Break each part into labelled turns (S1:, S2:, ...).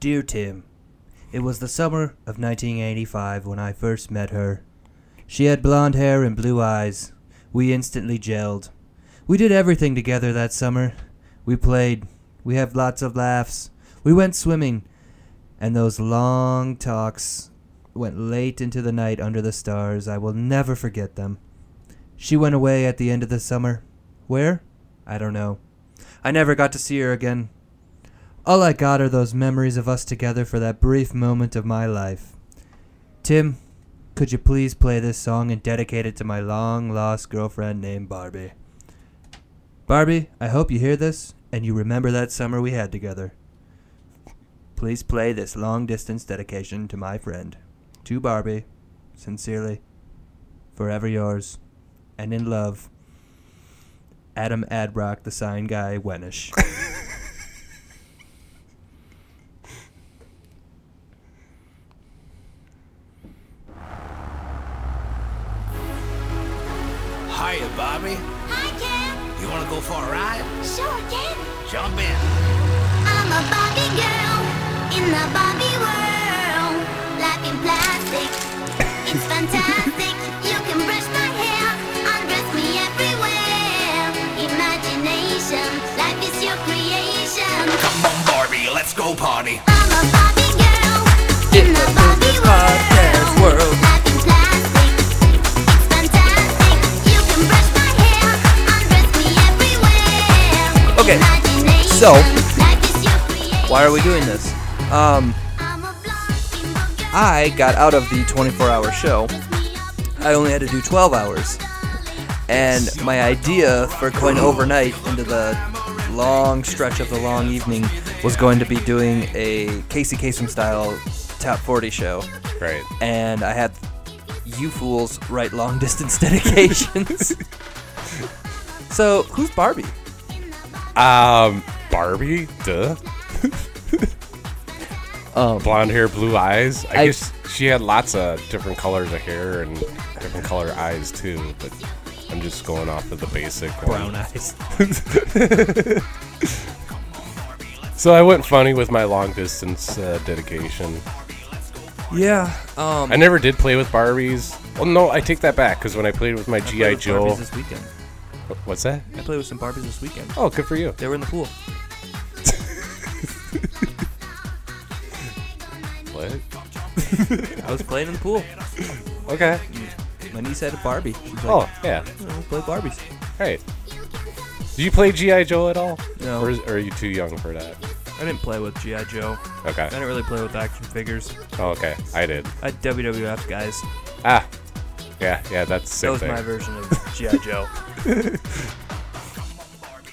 S1: Dear Tim, it was the summer of 1985 when I first met her. She had blonde hair and blue eyes. We instantly gelled. We did everything together that summer. We played. We had lots of laughs. We went swimming. And those long talks went late into the night under the stars. I will never forget them. She went away at the end of the summer. Where? I don't know. I never got to see her again. All I got are those memories of us together for that brief moment of my life. Tim, could you please play this song and dedicate it to my long lost girlfriend named Barbie? Barbie, I hope you hear this and you remember that summer we had together. Please play this long distance dedication to my friend. To Barbie, sincerely, forever yours, and in love, Adam Adrock, the sign guy, Wenish.
S2: Hiya, Bobby.
S3: Hi, Ken.
S2: You want to go for a ride?
S3: Sure, Ken.
S2: Jump in.
S3: I'm a Barbie girl in the Barbie world. Life in plastic, it's fantastic. You can brush my hair, undress me everywhere. Imagination, life is your creation.
S2: Come on, Barbie. Let's go party.
S3: I'm a Barbie girl in the Barbie
S4: podcast
S3: world. Life in plastic, it's fantastic. You can brush my hair, undress me everywhere.
S4: Okay,
S3: Imagination,
S4: so,
S3: life is your creation.
S4: Why are we doing this? Um,
S3: I'm a blonde bimbo girl.
S4: I got out of the 24 hour show.
S3: Dress me up,
S4: I only had to do 12 hours. And my idea for going overnight into the long stretch of the long evening was going to be doing a Casey Kasem style top 40 show.
S5: Right.
S4: And I had you fools write long distance dedications. so, who's Barbie?
S5: Um, Barbie, duh.
S4: Um,
S5: Blonde hair, blue eyes. I,
S4: I-
S5: guess she had lots of different colors of hair and different color eyes too. But I'm just going off of the basic
S1: Brown
S5: one.
S1: eyes.
S5: So I went funny with my long distance uh, dedication.
S4: yeah. Um,
S5: I never did play with Barbies. Well, no, I take that back because when I played with my
S4: I played
S5: GI
S4: with Barbies
S5: Joe,
S4: this weekend.
S5: what's that?
S4: I played with some Barbies this weekend.
S5: Oh, good for you.
S4: They were in the pool.
S5: What?
S4: I was playing in the pool.
S5: Okay.
S4: My niece had a Barbie. She's like,
S5: Oh, yeah.
S4: "Oh, we'll play Barbies.
S5: Hey. Do you play GI Joe at all?
S4: No.
S5: Or, is, or are you too young for that?
S1: I didn't play with G.I. Joe.
S5: Okay.
S1: didn't really play with action figures.
S5: Oh, okay. I did.
S1: I WWF guys.
S5: Ah. Yeah, yeah, that's the same thing.
S1: version of G.I. Joe.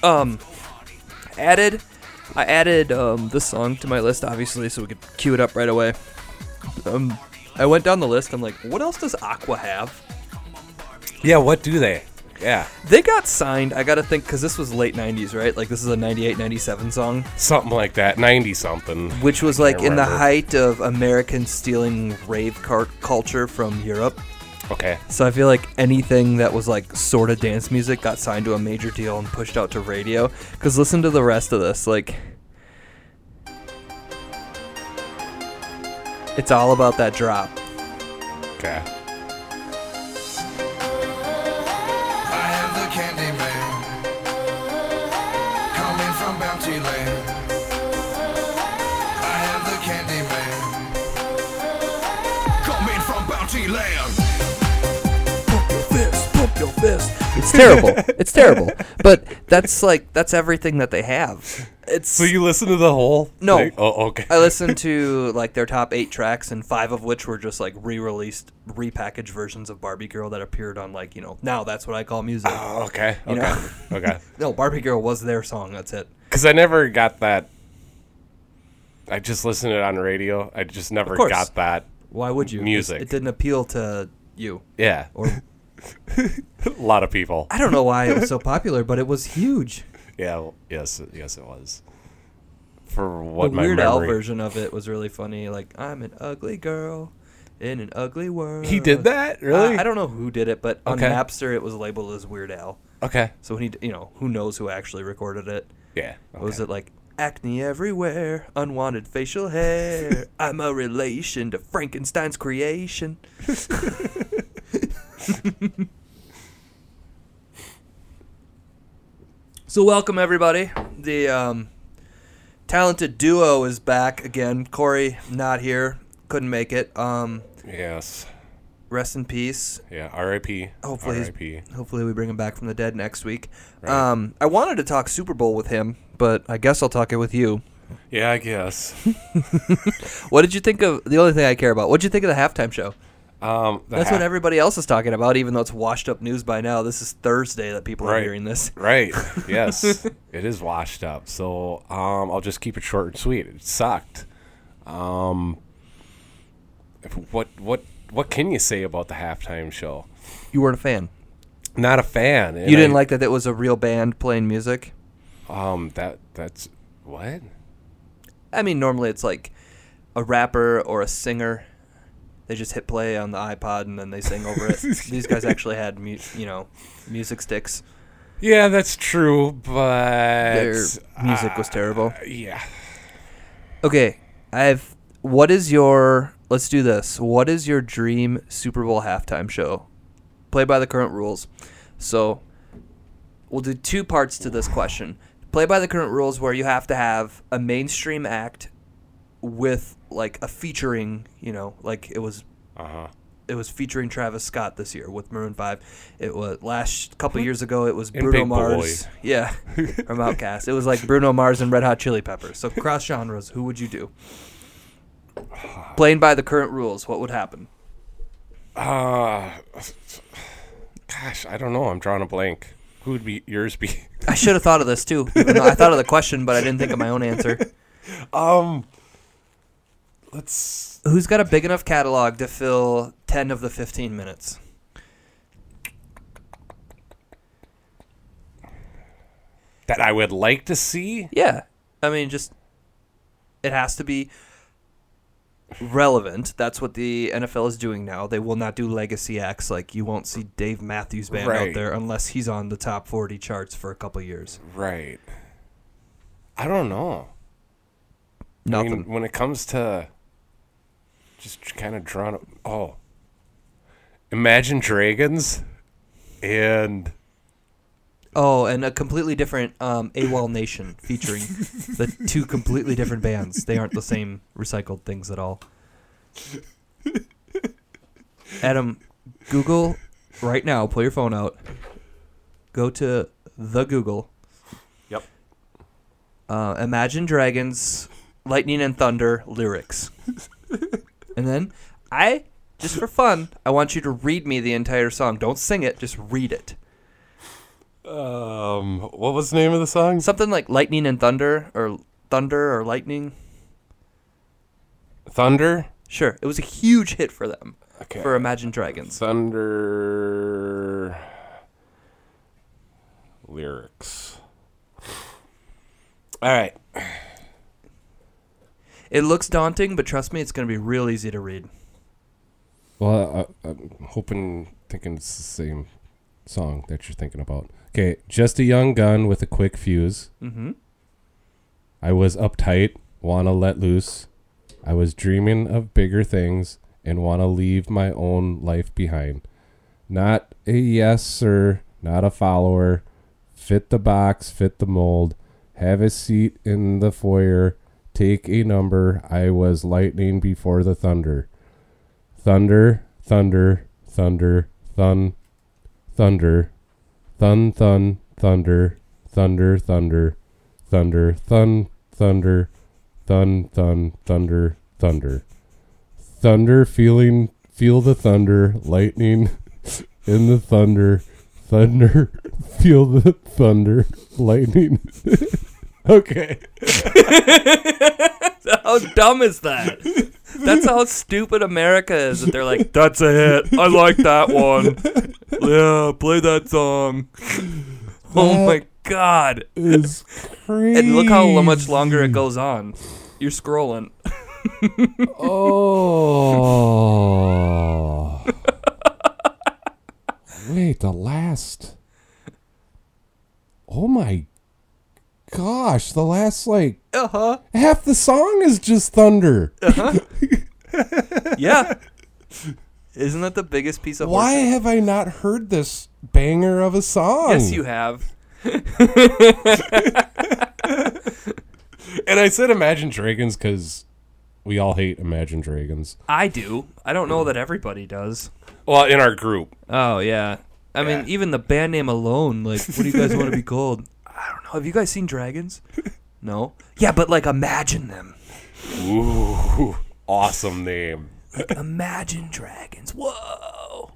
S4: Um, added, I added um this song to my list obviously so we could cue it up right away. Um, I went down the list. I'm like, what else does Aqua have?
S5: Yeah, what do they? Yeah,
S4: They got signed. I gotta think because this was late '90s, right? Like this is a '98, '97 song,
S5: something like that. 90 something.
S4: which was like in the
S5: remember.
S4: height of Americans stealing rave car- culture from Europe.
S5: Okay.
S4: So I feel like anything that was like sort of dance music got signed to a major deal and pushed out to radio. Cause listen to the rest of this, like. It's all about that drop.
S5: Okay.
S6: I have the candy man coming from Bounty Land. I have the candy man coming from Bounty Land.
S4: Pump your fist, pump your fist. It's terrible. it's terrible. But that's like that's everything that they have. It's
S5: So you listen to the whole?
S4: No.
S5: thing? Oh, okay.
S4: I listened to like their top eight tracks, and five of which were just like re-released, repackaged versions of Barbie Girl that appeared on like you know now that's what I call music.
S5: Oh, okay.
S4: You
S5: Okay.
S4: know?
S5: okay.
S4: No, Barbie Girl was their song. That's it.
S5: Because I never got that. I just listened to it on radio. I just never
S4: course.
S5: got that.
S4: Why would you?
S5: Music.
S4: It, it didn't appeal to you.
S5: Yeah.
S4: Or
S5: A lot of people.
S4: I don't know why it was so popular, but it was huge.
S5: Yeah. well, Yes. Yes, it was. For
S4: The
S5: what my
S4: Weird Al
S5: memory.
S4: version of it was really funny. Like I'm an ugly girl in an ugly world.
S5: He did that?
S4: Uh,
S5: Really?
S4: I don't know who did it, but on
S5: Okay.
S4: Napster it was labeled as Weird Al.
S5: Okay.
S4: So when he, d- you know, who knows who actually recorded it?
S5: Yeah. Okay.
S4: What was it like? Acne everywhere, unwanted facial hair. I'm a relation to Frankenstein's creation. so welcome everybody. The um, talented duo is back again. Corey not here, couldn't make it. Um,
S5: Yes.
S4: rest in peace.
S5: Yeah. R.I.P.
S4: Hopefully, he's-
S5: R.I.P.
S4: hopefully we bring him back from the dead next week.
S5: Right.
S4: Um, I wanted to talk Super Bowl with him, but I guess I'll talk it with you.
S5: Yeah, I guess.
S4: What did you think of the only thing I care about? What did you think of the halftime show?
S5: Um, the
S4: That's
S5: ha-
S4: what everybody else is talking about, even though it's washed up news by now. This is Thursday that people are
S5: Right.
S4: hearing this.
S5: Right. Yes. it is washed up. So um, I'll just keep it short and sweet. It sucked. Um, if- what what what can you say about the halftime show?
S4: You weren't a fan.
S5: Not a fan. and
S4: You didn't
S5: I-
S4: like that it was a real band playing music.
S5: um that that's what
S4: I mean, normally it's like a rapper or a singer. They just hit play on the iPod and then they sing over it. These guys actually had, mu- you know, music sticks.
S5: Yeah, that's true, but
S4: Their music
S5: uh,
S4: was terrible.
S5: yeah.
S4: Okay, I have. What is your? Let's do this. What is your dream Super Bowl halftime show? Play by the current rules. So, we'll do two parts to this question. Play by the current rules, where you have to have a mainstream act with like a featuring. You know, like it was
S5: Uh huh.
S4: it was featuring Travis Scott this year with Maroon Five. It was last couple years ago. It was
S5: And
S4: Bruno
S5: Big
S4: Mars,
S5: Boy.
S4: yeah, from Outkast. It was like Bruno Mars and Red Hot Chili Peppers. So cross genres, who would you do? Playing by the current rules, what would happen?
S5: Uh, gosh, I don't know. I'm drawing a blank. Who would be yours? Be
S4: I should have thought of this too. even though I thought of the question, but I didn't think of my own answer.
S5: um. Let's.
S4: Who's got a big enough catalog to fill ten of the fifteen minutes?
S5: That I would like to see.
S4: Yeah. I mean, just it has to be relevant. That's what the NFL is doing now. They will not do legacy acts like you won't see Dave Matthews Band out
S5: Right.
S4: there unless he's on the top 40 charts for a couple years.
S5: Right. I don't know. I
S4: Nothing.
S5: mean, when it comes to just kind of drawn up. Oh, Imagine Dragons and
S4: oh, and a completely different um, AWOL Nation featuring the two completely different bands. They aren't the same recycled things at all. Adam, Google right now, pull your phone out. Go to the Google.
S5: Yep.
S4: uh, Imagine Dragons, Lightning and Thunder lyrics. and then I, just for fun, I want you to read me the entire song. Don't sing it, just read it.
S5: Um, what was the name of the song?
S4: Something like Lightning and Thunder or Thunder or Lightning.
S5: Thunder.
S4: Sure, it was a huge hit for them,
S5: Okay.
S4: for Imagine Dragons.
S5: Thunder lyrics. All right.
S4: It looks daunting, but trust me, it's going to be real easy to read.
S5: Well, I, I'm hoping, thinking it's the same song that you're thinking about. Okay, just a young gun with a quick fuse.
S4: Mm-hmm.
S5: I was uptight, wanna let loose. I was dreaming of bigger things and wanna leave my own life behind. Not a yes sir, not a follower. Fit the box, fit the mold. Have a seat in the foyer. Take a number. I was lightning before the thunder. Thunder, thunder, thunder, thun, thunder, thun, thun, thunder, thunder, thunder thunder, thun, thunder, thun, thun, thunder, thunder, thunder. Feeling, feel the thunder, lightning in the thunder, thunder. Feel the thunder, lightning. okay.
S4: How dumb is that? That's how stupid America is. That they're like, that's a hit. I like that one. Yeah, play that song. Oh my god.
S5: Is crazy.
S4: And look how lo- much longer it goes on. You're scrolling.
S5: Oh. Wait, the last. Oh my gosh, the last like
S4: Uh huh.
S5: Uh-huh. half the song is just thunder.
S4: Yeah. Isn't that the biggest piece of
S5: Why
S4: horse-
S5: have Oh. I not heard this banger of a song?
S4: Yes, you have.
S5: And I said Imagine Dragons because we all hate Imagine Dragons.
S4: I do. I don't know that everybody does.
S5: Well, in our group.
S4: Oh yeah. I mean, even the band name alone, like, what do you guys want to be called? I don't know. Have you guys seen Dragons? No. Yeah, but like, imagine them.
S5: Ooh, awesome name.
S4: Imagine Dragons. Whoa.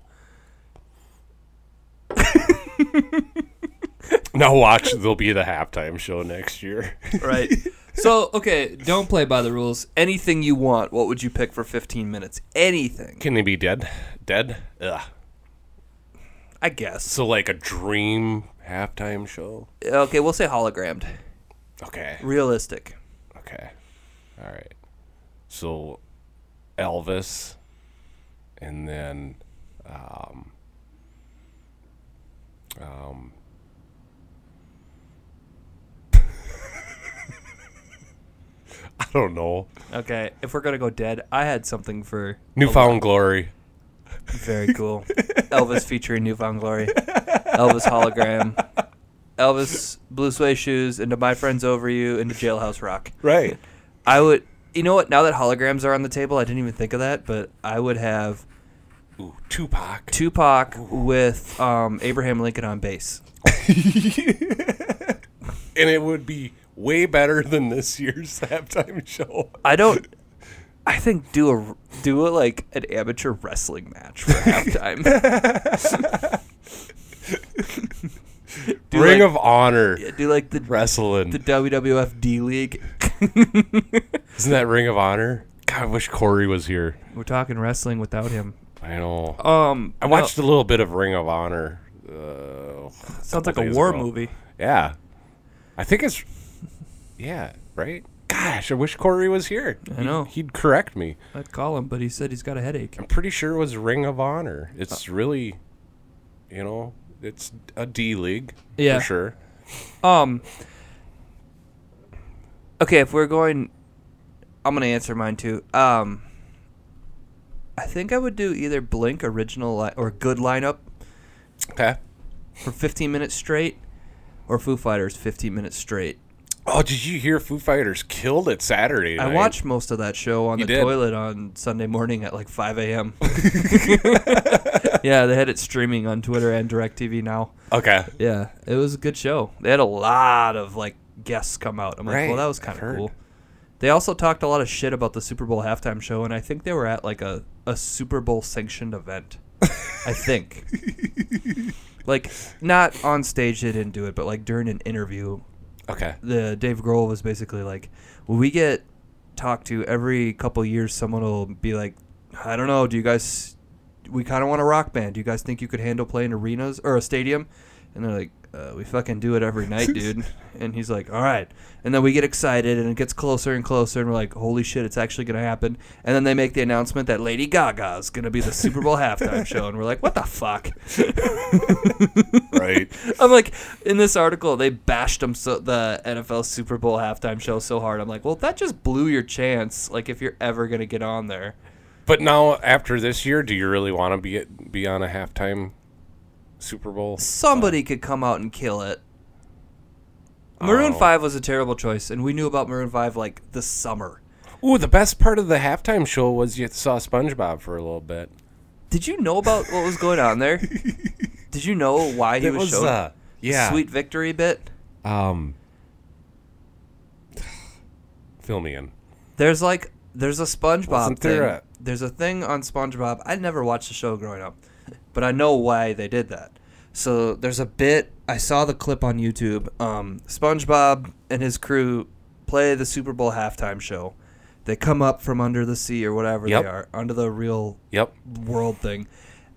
S5: Now watch, there'll be the halftime show next year.
S4: Right. So okay, don't play by the rules. Anything you want. What would you pick for 15 minutes? Anything.
S5: Can they be dead? Dead? Ugh.
S4: I guess.
S5: So like a dream halftime show.
S4: Okay, we'll say hologrammed.
S5: Okay.
S4: Realistic.
S5: Okay. All right. So Elvis and then um um I don't know.
S4: Okay, if we're gonna go dead, I had something for
S5: Newfound Glory.
S4: very cool. Elvis featuring Newfound Glory, Elvis hologram, Elvis blue suede shoes, into my friends over you, into Jailhouse Rock.
S5: Right.
S4: I would, you know what? Now that holograms are on the table, I didn't even think of that, but I would have
S5: Ooh, Tupac.
S4: Tupac with um, Abraham Lincoln on bass.
S5: and it would be way better than this year's halftime show.
S4: I don't. I think do a do a like an amateur wrestling match for halftime. do
S5: Ring
S4: like,
S5: of Honor
S4: do like the
S5: wrestling.
S4: the WWF D League.
S5: Isn't that Ring of Honor? God, I wish Corey was here.
S4: We're talking wrestling without him.
S5: I know.
S4: Um,
S5: I watched a little bit of Ring of Honor. Uh,
S4: sounds like a
S5: days
S4: war
S5: ago.
S4: movie.
S5: yeah, I think it's. Yeah, right. Gosh, I wish Corey was here.
S4: I know.
S5: He'd correct me.
S4: I'd call him, but he said he's got a headache.
S5: I'm pretty sure it was Ring of Honor. It's
S4: Uh.
S5: really, you know, it's a D league
S4: Yeah.
S5: for sure.
S4: Um. Okay, if we're going, I'm gonna answer mine too. Um. I think I would do either Blink original li- or good lineup
S5: Okay.
S4: for 15 minutes straight, or Foo Fighters 15 minutes straight.
S5: Oh, did you hear Foo Fighters killed it Saturday?
S4: I
S5: night?
S4: watched most of that show on
S5: You
S4: the
S5: did?
S4: toilet on Sunday morning at like 5 a.m. yeah, they had it streaming on Twitter and DirecTV now.
S5: Okay.
S4: Yeah, it was a good show. They had a lot of like guests come out. I'm like,
S5: Right,
S4: well, that was
S5: I've
S4: kind of
S5: heard.
S4: cool. They also talked a lot of shit about the Super Bowl halftime show, and I think they were at like a, a Super Bowl sanctioned event. I think. like, not on stage, they didn't do it, but like during an interview,
S5: Okay.
S4: the Dave Grohl was basically like, when we get talked to every couple years, someone will be like, I don't know, do you guys, we kind of want a rock band. Do you guys think you could handle playing arenas or a stadium? And they're like, uh, we fucking do it every night, dude. and he's like, all right. And then we get excited and it gets closer and closer and we're like, holy shit, it's actually going to happen. And then they make the announcement that Lady Gaga is going to be the Super Bowl halftime show. And we're like, what the fuck?
S5: Right.
S4: I'm like, in this article, they bashed them so the NFL Super Bowl halftime show so hard. I'm like, well, that just blew your chance. Like, if you're ever gonna get on there,
S5: But now, after this year, do you really want to be be on a halftime Super Bowl?
S4: somebody could come out and kill it. Maroon
S5: Oh.
S4: Five was a terrible choice, and we knew about Maroon Five like this summer.
S5: Ooh, the best part of the halftime show was you saw SpongeBob for a little bit.
S4: Did you know about what was going on there? Did you know why he
S5: It
S4: was,
S5: was
S4: showed?
S5: uh, yeah.
S4: Sweet victory bit.
S5: Um, fill me in.
S4: There's like there's a SpongeBob
S5: Wasn't there
S4: thing.
S5: a-
S4: There's a thing on SpongeBob. I never watched the show growing up, but I know why they did that. So there's a bit I saw the clip on YouTube. Um, SpongeBob and his crew play the Super Bowl halftime show. They come up from under the sea or whatever
S5: Yep.
S4: they are, under the real
S5: Yep.
S4: world thing,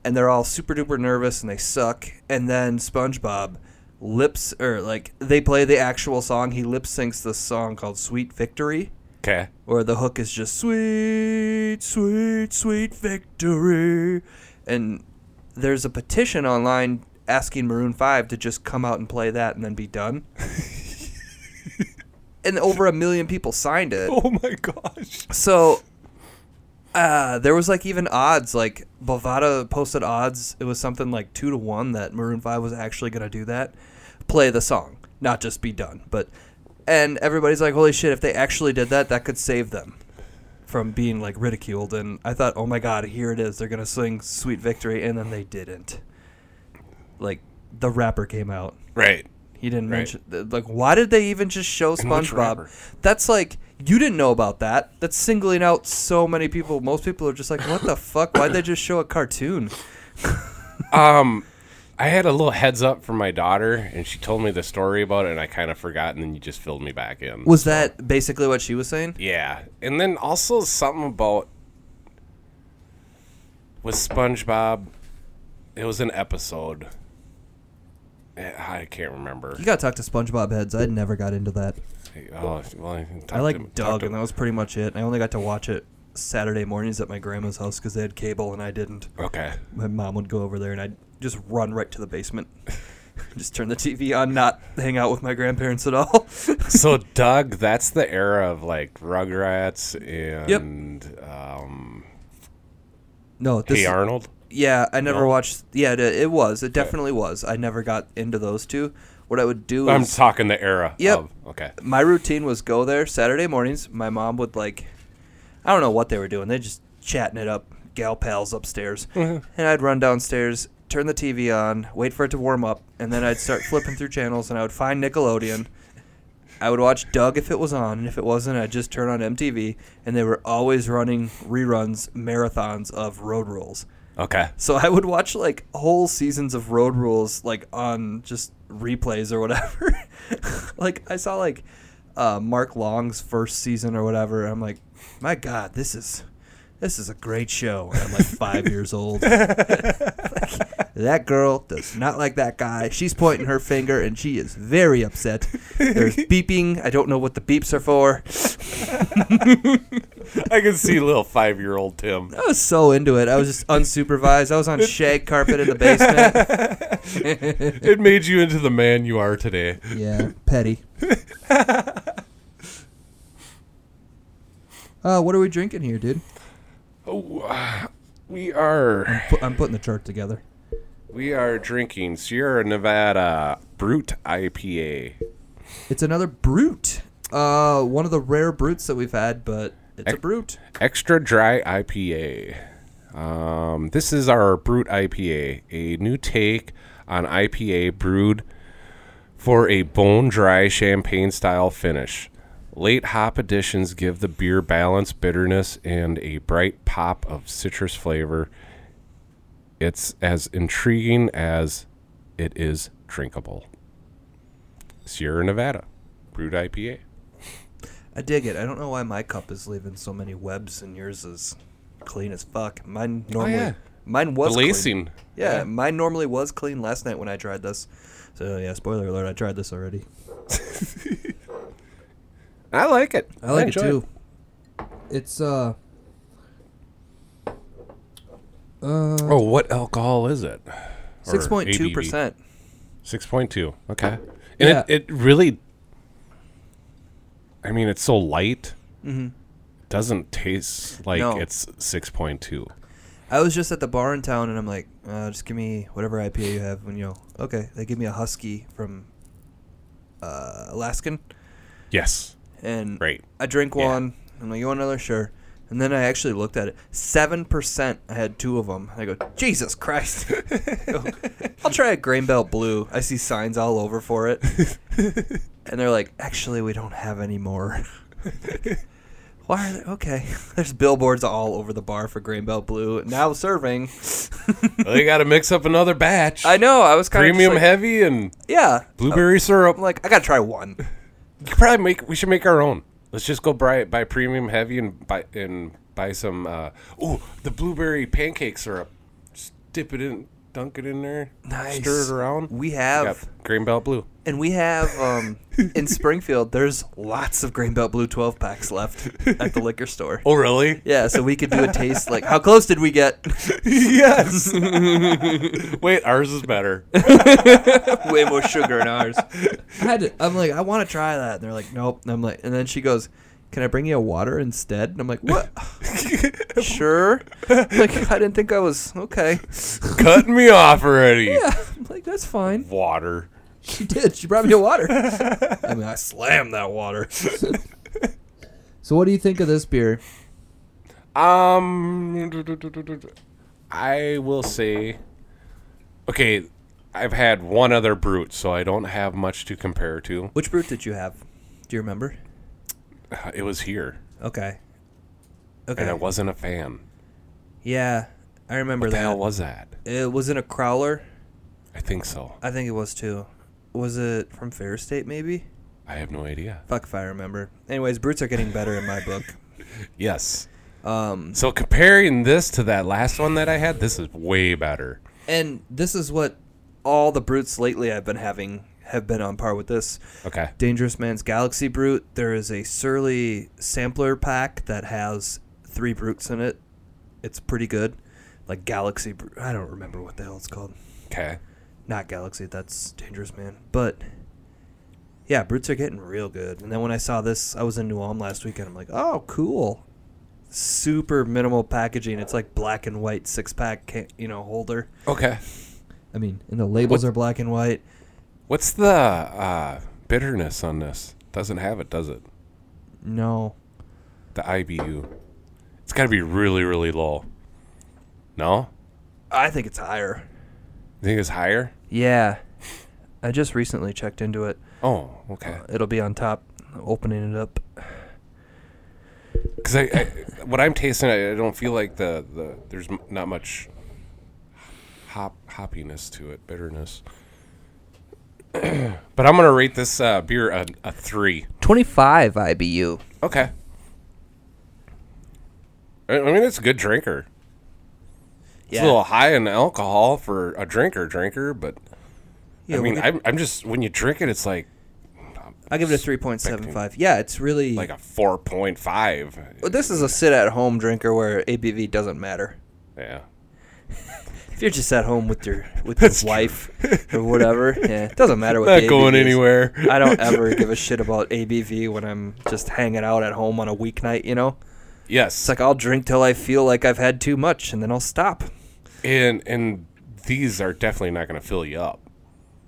S4: and they're all super duper nervous and they suck. And then SpongeBob lips or like they play the actual song. He lip syncs this song called "Sweet Victory."
S5: Okay.
S4: or the hook is just sweet, sweet, sweet victory. And there's a petition online asking Maroon 5 to just come out and play that and then be done. and over a million people signed it.
S5: Oh my gosh.
S4: So uh, there was like even odds. Like Bovada posted odds. It was something like two to one that Maroon Five was actually gonna do that, play the song, not just be done. But and everybody's like, holy shit! If they actually did that, that could save them from being like ridiculed. And I thought, oh my god, here it is. They're gonna sing "Sweet Victory," and then they didn't. Like the rapper came out.
S5: Right.
S4: He didn't
S5: Right.
S4: mention th- like why did they even just show
S5: which
S4: SpongeBob?
S5: rapper?
S4: That's like you didn't know about that. That's singling out so many people. Most people are just like, what the fuck? Why'd they just show a cartoon?
S5: I had a little heads up from my daughter, and she told me the story about it, and I kind of forgot, and then you just filled me back in.
S4: Was that basically what she was saying?
S5: Yeah, and then also something about with SpongeBob. It was an episode. Eh, I can't remember.
S4: You gotta talk to SpongeBob heads. I never got into that.
S5: Oh, well, I, talked
S4: I
S5: to-
S4: like
S5: talked
S4: Doug,
S5: to-
S4: and that was pretty much it. I only got to watch it Saturday mornings at my grandma's house because they had cable and I didn't.
S5: Okay.
S4: My mom would go over there and I'd just run right to the basement, just turn the TV on, not hang out with my grandparents at all.
S5: So Doug, that's the era of like Rugrats and um,
S4: no, this
S5: Hey Arnold.
S4: Yeah, I never
S5: No?
S4: watched. Yeah, it, it was. It definitely was. I never got into those two. What I would do
S5: I'm
S4: is
S5: talking the era.
S4: Yep.
S5: Of, okay.
S4: my routine was go there Saturday mornings. My mom would like, I don't know what they were doing. They just chatting it up, gal pals upstairs,
S5: Mm-hmm.
S4: and I'd run downstairs, turn the TV on, wait for it to warm up, and then I'd start flipping through channels, and I would find Nickelodeon. I would watch Doug if it was on, and if it wasn't, I'd just turn on MTV, and they were always running reruns, marathons of Road Rules.
S5: Okay.
S4: So I would watch like whole seasons of Road Rules like on just replays or whatever. like I saw like uh, Mark Long's first season or whatever. And I'm like, my God, this is this is a great show. And I'm like five years old. Like, that girl does not like that guy. She's pointing her finger and she is very upset. There's beeping. I don't know what the beeps are for.
S5: I can see little five year old Tim.
S4: I was so into it. I was just unsupervised. I was on shag carpet in the basement.
S5: It made you into the man you are today.
S1: Yeah, petty.
S4: Uh, what are we drinking here, dude?
S5: Oh, We are
S4: Pu- I'm putting the chart together.
S5: we are drinking Sierra Nevada Brute IPA.
S4: It's another brute. Uh, one of the rare brutes that we've had, but it's a brute.
S5: Extra Dry IPA. Um, this is our Brute IPA, a new take on IPA brewed for a bone dry champagne style finish. Late hop additions give the beer balanced bitterness and a bright pop of citrus flavor. It's as intriguing as it is drinkable. Sierra Nevada, Brute IPA.
S4: I dig it. I don't know why my cup is leaving so many webs and yours is clean as fuck. Mine normally,
S5: Oh, yeah.
S4: mine was
S5: The
S4: clean.
S5: lacing.
S4: Yeah, mine normally was clean last night when I tried this. So yeah, spoiler alert. I tried this already.
S5: I like it.
S4: I like it
S5: enjoy
S4: too. It's uh,
S5: Oh, what alcohol is it?
S4: six point two percent.
S5: Six point two. Okay. And
S4: Yeah.
S5: it, it really. I mean, it's so light. It doesn't taste like
S4: Mm-hmm. No.
S5: it's six point two.
S4: I was just at the bar in town, and I'm like, uh, just give me whatever IPA you have. And you know, okay, they give me a husky from uh, Alaskan,
S5: Yes.
S4: and
S5: Right.
S4: I drink
S5: Yeah.
S4: one. I'm like, you want another? Sure. And then I actually looked at it. Seven percent. I had two of them. I go, Jesus Christ! I go, I'll try a Grain Belt Blue. I see signs all over for it, and they're like, actually, we don't have any more. Why are they? Okay, there's billboards all over the bar for Grain Belt Blue. Now serving.
S5: well, you got to mix up another batch.
S4: I know. I was kind
S5: Premium
S4: of like,
S5: heavy and
S4: Yeah,
S5: blueberry syrup.
S4: I'm like, I gotta try one.
S5: You could probably make. We should make our own. Let's just go buy buy premium heavy and buy and buy some. Uh, oh, the blueberry pancake syrup. Just dip it in. dunk it in there,
S4: Nice.
S5: stir it around.
S4: We
S5: You
S4: have,
S5: got green belt blue.
S4: and we have um, in Springfield. There's lots of Grain Belt Blue 12 packs left at the liquor store.
S5: Oh, really?
S4: Yeah, so we could do a taste. Like, how close did we get?
S5: yes. Wait, ours is better.
S4: Way more sugar in ours. I had to, I'm like, I want to try that, and they're like, nope. And I'm like, and then she goes, "Can I bring you a water instead?" And I'm like, what? sure. Like, I didn't think I was okay.
S5: Cut me off already.
S4: Yeah, I'm like that's fine.
S5: Water.
S4: She did. She brought me a water. I mean, I slammed that water. so, what do you think of this beer?
S5: Um, I will say, okay, I've had one other brute, so I don't have much to compare to.
S4: Which brute did you have? Do you remember?
S5: It was here,
S4: Okay.
S5: and
S4: Okay.
S5: I wasn't a fan.
S4: yeah, I remember
S5: What the
S4: that.
S5: hell was that?
S4: it was in a crowler.
S5: I think so.
S4: I think it was too. Was it from Fair State? Maybe.
S5: I have no idea.
S4: Fuck if I remember. Anyways, brutes are getting better in my book.
S5: Yes.
S4: Um,
S5: So comparing this to that last one that I had, this is way better.
S4: and this is what all the brutes lately I've been having have been on par with this.
S5: Okay.
S4: Dangerous Man's Galaxy Brute. There is a Surly sampler pack that has three brutes in it. It's pretty good. Like Galaxy Brute. I don't remember what the hell it's called.
S5: Okay.
S4: Not Galaxy, that's Dangerous Man. But yeah, brutes are getting real good. And then when I saw this, I was in New Ulm last weekend. I'm like, oh, cool. Super minimal packaging. It's like black and white six pack, ca- you know, holder.
S5: Okay.
S4: I mean, and the labels are black and white.
S5: What's the uh, bitterness on this? Doesn't have it, does it?
S4: No,
S5: The IBU. It's got to be really, really low. No?
S4: I think it's higher.
S5: You think it's higher?
S4: Yeah. I just recently checked into it.
S5: Oh, okay.
S4: It'll be on top, opening it up.
S5: Because I, I, what I'm tasting, I, I don't feel like the, the there's m- not much hop hoppiness to it, bitterness. but I'm gonna rate this uh, beer a, a three.
S4: 25 IBU.
S5: Okay. I, I mean, it's a good drinker. It's a little high in alcohol for a drinker, drinker, but
S4: yeah,
S5: I mean,
S4: we'll get-
S5: I'm, I'm just when you drink it, it's like
S4: I'll give it a 3.75. Yeah, it's really.
S5: like a four point five.
S4: Well, this is a sit at home drinker where ABV doesn't matter.
S5: Yeah.
S4: If you're just at home with your with your wife or whatever, yeah, it doesn't matter what
S5: Not
S4: the
S5: going
S4: ABV is.
S5: anywhere.
S4: I don't ever give a shit about ABV when I'm just hanging out at home on a weeknight, you know?
S5: Yes.
S4: It's like I'll drink till I feel like I've had too much and then I'll stop.
S5: and and these are definitely not going to fill you up.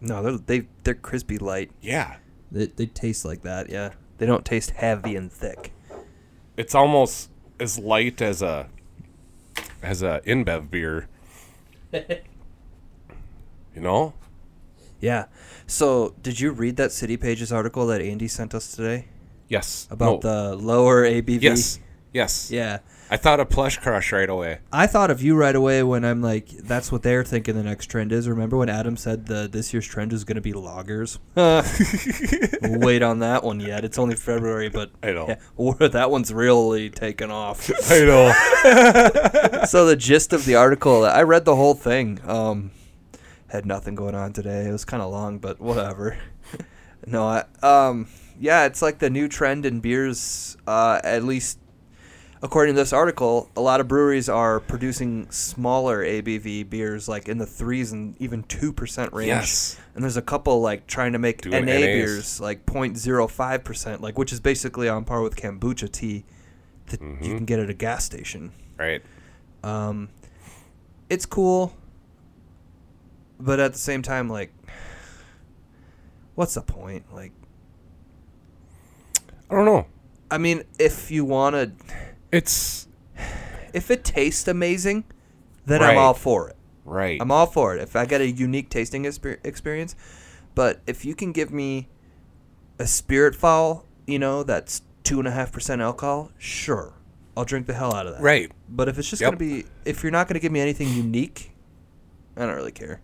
S4: No, they're, they they're crispy light.
S5: Yeah.
S4: They, they taste like that, yeah. They don't taste heavy and thick.
S5: It's almost as light as a as a InBev beer. you know?
S4: Yeah. So, did you read that City Pages article that Andy sent us today
S5: Yes.
S4: about
S5: No.
S4: the lower ABV?
S5: Yes. Yes.
S4: Yeah.
S5: I thought of Plush Crush right away.
S4: I thought of you right away when I'm like, that's what they're thinking the next trend is. Remember when Adam said the this year's trend is going to be loggers? Wait on that one yet. It's only February, but
S5: I know.
S4: Yeah, or that one's really taken off.
S5: I know.
S4: so the gist of the article i read the whole thing um had nothing going on today it was kind of long but whatever no i um yeah it's like the new trend in beers uh at least according to this article a lot of breweries are producing smaller abv beers like in the threes and even two percent range
S5: Yes.
S4: and there's a couple like trying to make
S5: Doing
S4: na
S5: NAs.
S4: beers like 0.05 percent like which is basically on par with kombucha tea that you can get at a gas station
S5: right.
S4: um, it's cool, but at the same time, like, what's the point? Like,
S5: I don't know.
S4: I mean, if you want to,
S5: It's
S4: if it tastes amazing, then
S5: Right.
S4: I'm all for it.
S5: right.
S4: I'm all for it. If I get a unique tasting exper- experience, but if you can give me a spirit foul, you know, that's two and a half percent alcohol, sure, I'll drink the hell out of that.
S5: right.
S4: But if it's just
S5: Yep.
S4: gonna be, if you're not gonna give me anything unique, I don't really care.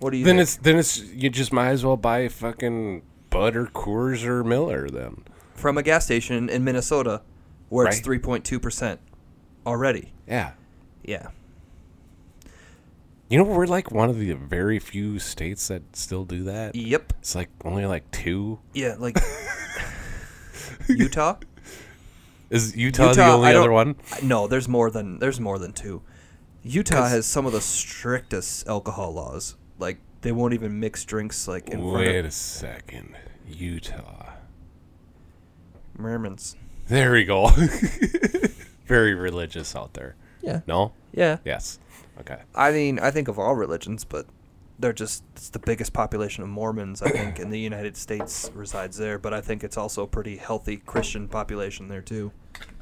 S4: What do you?
S5: Then
S4: think?
S5: it's then it's you just might as well buy fucking Bud or Coors or Miller then.
S4: from a gas station in Minnesota, where it's
S5: Right.
S4: three point two percent already.
S5: Yeah.
S4: Yeah.
S5: You You know, we're like one of the very few states that still do that.
S4: Yep.
S5: It's like only like two.
S4: Yeah, like Utah.
S5: Is Utah,
S4: Utah,
S5: the only
S4: I don't-
S5: other one?
S4: I- No, there's more than there's more than two. Utah has some of the strictest alcohol laws. Like they won't even mix drinks like in
S5: Wait
S4: front
S5: a
S4: of
S5: second. Utah.
S4: Mermans.
S5: There we go. very religious out there.
S4: Yeah.
S5: No?
S4: Yeah.
S5: Yes. Okay.
S4: I mean, I think of all religions, but they're just it's the biggest population of Mormons I think in the United States resides there, but I think it's also a pretty healthy Christian population there too.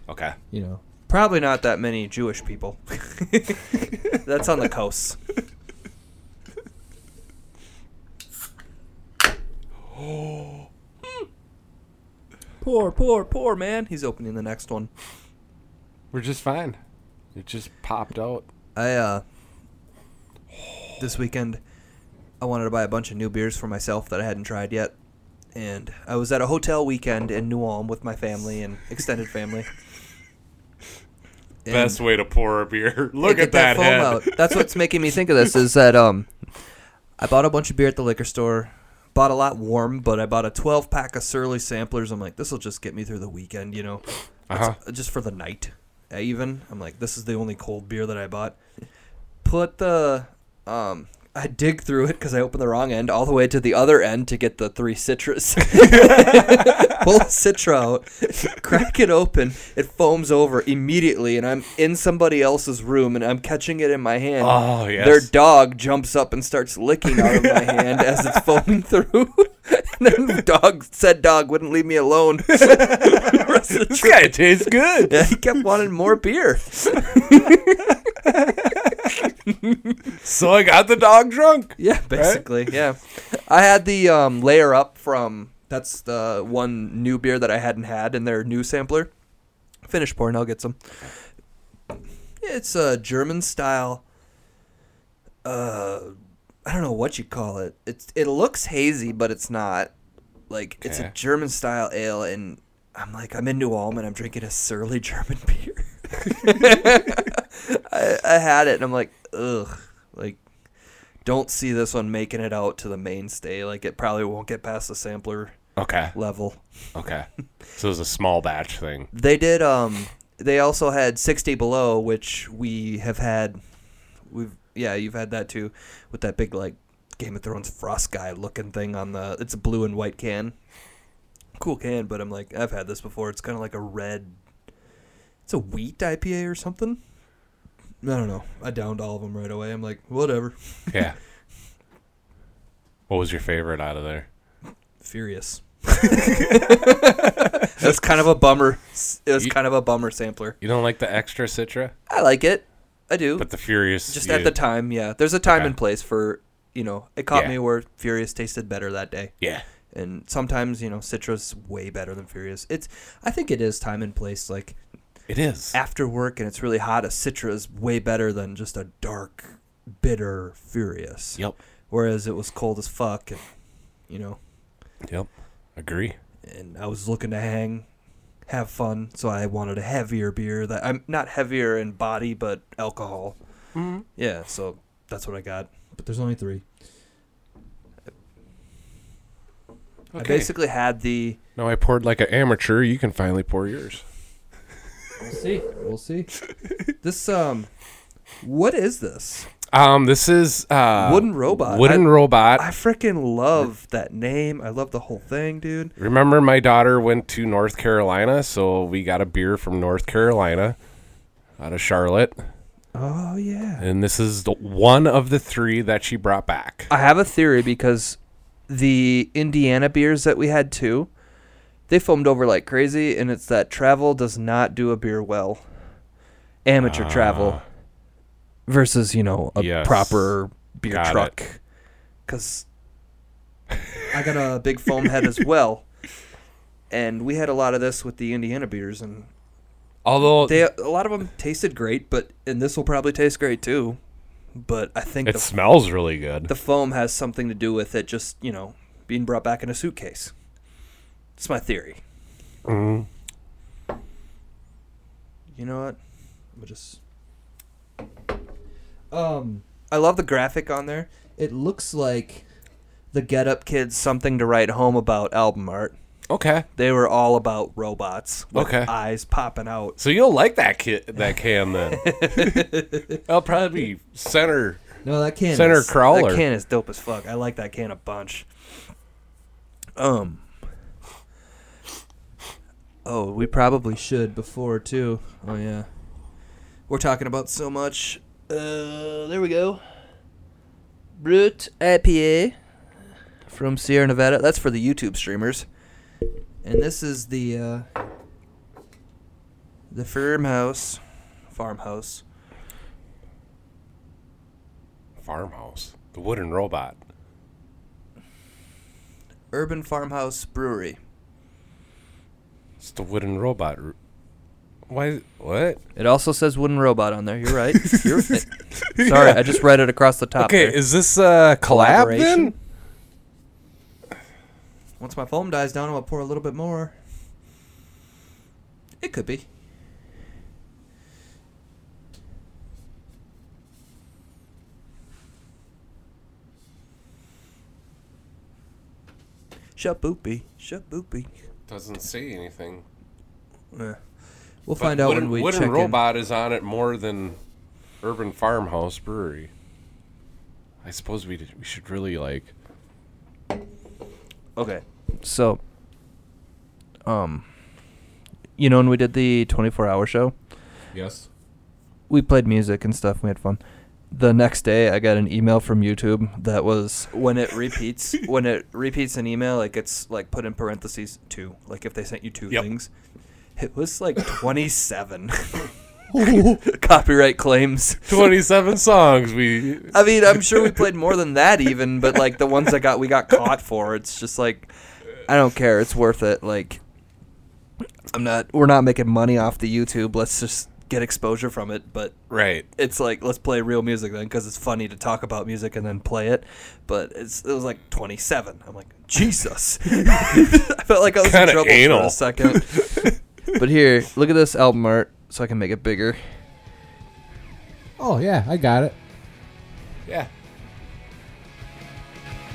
S5: Okay.
S4: You know. Probably not that many Jewish people. That's on the coast. poor, poor, poor man. He's opening the next one.
S7: We're just fine. It just popped out.
S4: I uh this weekend I wanted to buy a bunch of new beers for myself that I hadn't tried yet. And I was at a hotel weekend in New Ulm with my family and extended family. And
S5: Best way to pour a beer. Look
S4: get
S5: at that,
S4: foam
S5: head.
S4: out. That's what's making me think of this is that um I bought a bunch of beer at the liquor store. Bought a lot warm, but I bought a 12 pack of Surly samplers. I'm like, this will just get me through the weekend, you know,
S5: Uh-huh.
S4: It's- just for the night. I even I'm like, this is the only cold beer that I bought. Put the um, I dig through it because I opened the wrong end all the way to the other end to get the three citrus. Pull the citra out, crack it open. It foams over immediately, and I'm in somebody else's room, and I'm catching it in my hand.
S5: Oh, yes.
S4: Their dog jumps up and starts licking out of my hand as it's foaming through. and then dog said dog wouldn't leave me alone. The rest of the
S5: This
S4: trip.
S5: guy tastes good.
S4: Yeah, he kept wanting more beer.
S5: so I got the dog drunk.
S4: Yeah, basically. Yeah. I had the um, layer up from that's the one new beer that I hadn't had in their new sampler. Finish pouring, I'll get some. It's a German style uh I don't know what you call it. It's it looks hazy, but it's not. Like it's a
S5: Okay.
S4: German style ale and I'm like I'm in New Ulm and I'm drinking a surly German beer. I, I had it and I'm like, ugh. Like don't see this one making it out to the mainstay. Like it probably won't get past the sampler
S5: Okay.
S4: level.
S5: Okay. So it was a small batch thing.
S4: They did. Um, they also had sixty below, which we have had. We've yeah, you've had that too, with that big like Game of Thrones frost guy looking thing on the. It's a blue and white can. Cool can, but I'm like I've had this before. It's kind of like a red. It's a wheat IPA or something. I don't know. I downed all of them right away. I'm like, whatever.
S5: Yeah. what was your favorite out of there?
S4: Furious. That's kind of a bummer. It was kind of a bummer sampler.
S5: You don't like the extra Citra?
S4: I like it. I do.
S5: But the Furious.
S4: just
S5: you-
S4: at the time yeah there's a time
S5: Okay.
S4: and place for you know it caught
S5: Yeah.
S4: me where furious tasted better that day
S5: Yeah.
S4: and sometimes you know citrus way better than furious it's i think it is time and place like
S5: It is.
S4: after work and it's really hot a citra is way better than just a dark bitter furious
S5: Yep.
S4: whereas it was cold as fuck and you know
S5: Yep. Agree.
S4: and i was looking to hang have fun so i wanted a heavier beer that i'm not heavier in body but alcohol yeah so that's what i got but there's only three I basically had the.
S5: No, I poured like an amateur. You can finally pour yours.
S1: We'll see. We'll see.
S4: This um, what is this?
S5: Um, this is uh,
S4: Wooden Robot.
S5: Wooden
S4: I-
S5: robot.
S4: I freaking love that name. I love the whole thing, dude.
S5: Remember, my daughter went to North Carolina, so we got a beer from North Carolina, out of Charlotte,
S4: Oh yeah.
S5: and this is the one of the three that she brought back.
S4: I have a theory because the Indiana beers that we had too, they foamed over like crazy, and it's that travel does not do a beer well. Amateur travel versus you know a
S5: Ah. Yes.
S4: proper beer
S5: Got it.
S4: truck. Cause I got a big foam head as well. And we had a lot of this with the Indiana beers, and
S5: Although
S4: they a lot of them tasted great, but and this will probably taste great too. But I think
S5: it
S4: the
S5: smells really good.
S4: the foam has something to do with it just you know being brought back in a suitcase it's my theory you know what i'm just um I love the graphic on there. It looks like the Get Up Kids something to write home about album art.
S5: Okay.
S4: They were all about robots with
S5: Okay.
S4: eyes popping out.
S5: So you'll like that kit, that can then. I'll probably be center.
S4: No, that can
S5: Center
S4: is,
S5: crawler.
S4: That can is dope as fuck. I like that can a bunch. Um. Oh, we probably should before too. Oh yeah, we're talking about so much. Uh, there we go. Brut IPA from Sierra Nevada. That's for the YouTube streamers. And this is the uh, the farmhouse, farmhouse.
S5: Farmhouse. The wooden robot.
S4: Urban Farmhouse Brewery.
S5: It's the wooden robot. r- Why? What?
S4: It also says wooden robot on there. You're right. You're right. Sorry, I just read it across the top.
S5: Okay,
S4: there.
S5: is this a collab then?
S4: Uh, Collaboration? Once my foam dies down, I'll pour a little bit more. It could be. Shut boopy. Shut boopy.
S5: Doesn't say anything.
S4: Eh. We'll find out
S5: wooden,
S4: when we
S5: wooden
S4: check in.
S5: robot is on it more than Urban Farmhouse Brewery. I suppose we did, we should really like.
S4: Okay. So, um, you know, when we did the 24 hour show,
S5: Yes.
S4: we played music and stuff. We had fun. The next day, I got an email from YouTube that was when it repeats. when it repeats an email, it gets like put in parentheses two. Like if they sent you two
S5: Yep.
S4: things, it was like twenty seven copyright claims.
S5: Twenty-seven songs. We
S4: I mean, I'm sure we played more than that even, but like the ones that got we got caught for, it's just like I don't care, it's worth it. Like I'm not we're not making money off the YouTube. Let's just get exposure from it, but
S5: right.
S4: it's like let's play real music then cuz it's funny to talk about music and then play it. But it's it was like 27. I'm like, "Jesus." I felt like I was
S5: Kinda
S4: in trouble for
S5: anal.
S4: a second. but here, look at this album art so I can make it bigger.
S8: Oh yeah, I got it.
S5: Yeah.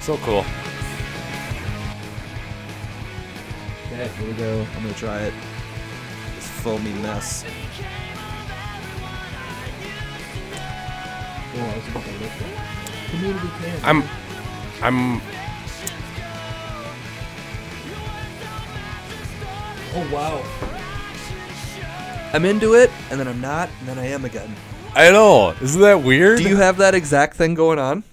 S5: So cool.
S4: Okay, here we go. I'm gonna try it. This foamy mess. Oh,
S5: I'm, I'm.
S4: Oh, I'm into it, and then I'm not, and then I am again.
S5: I know. Isn't that weird?
S4: Do you have that exact thing going on?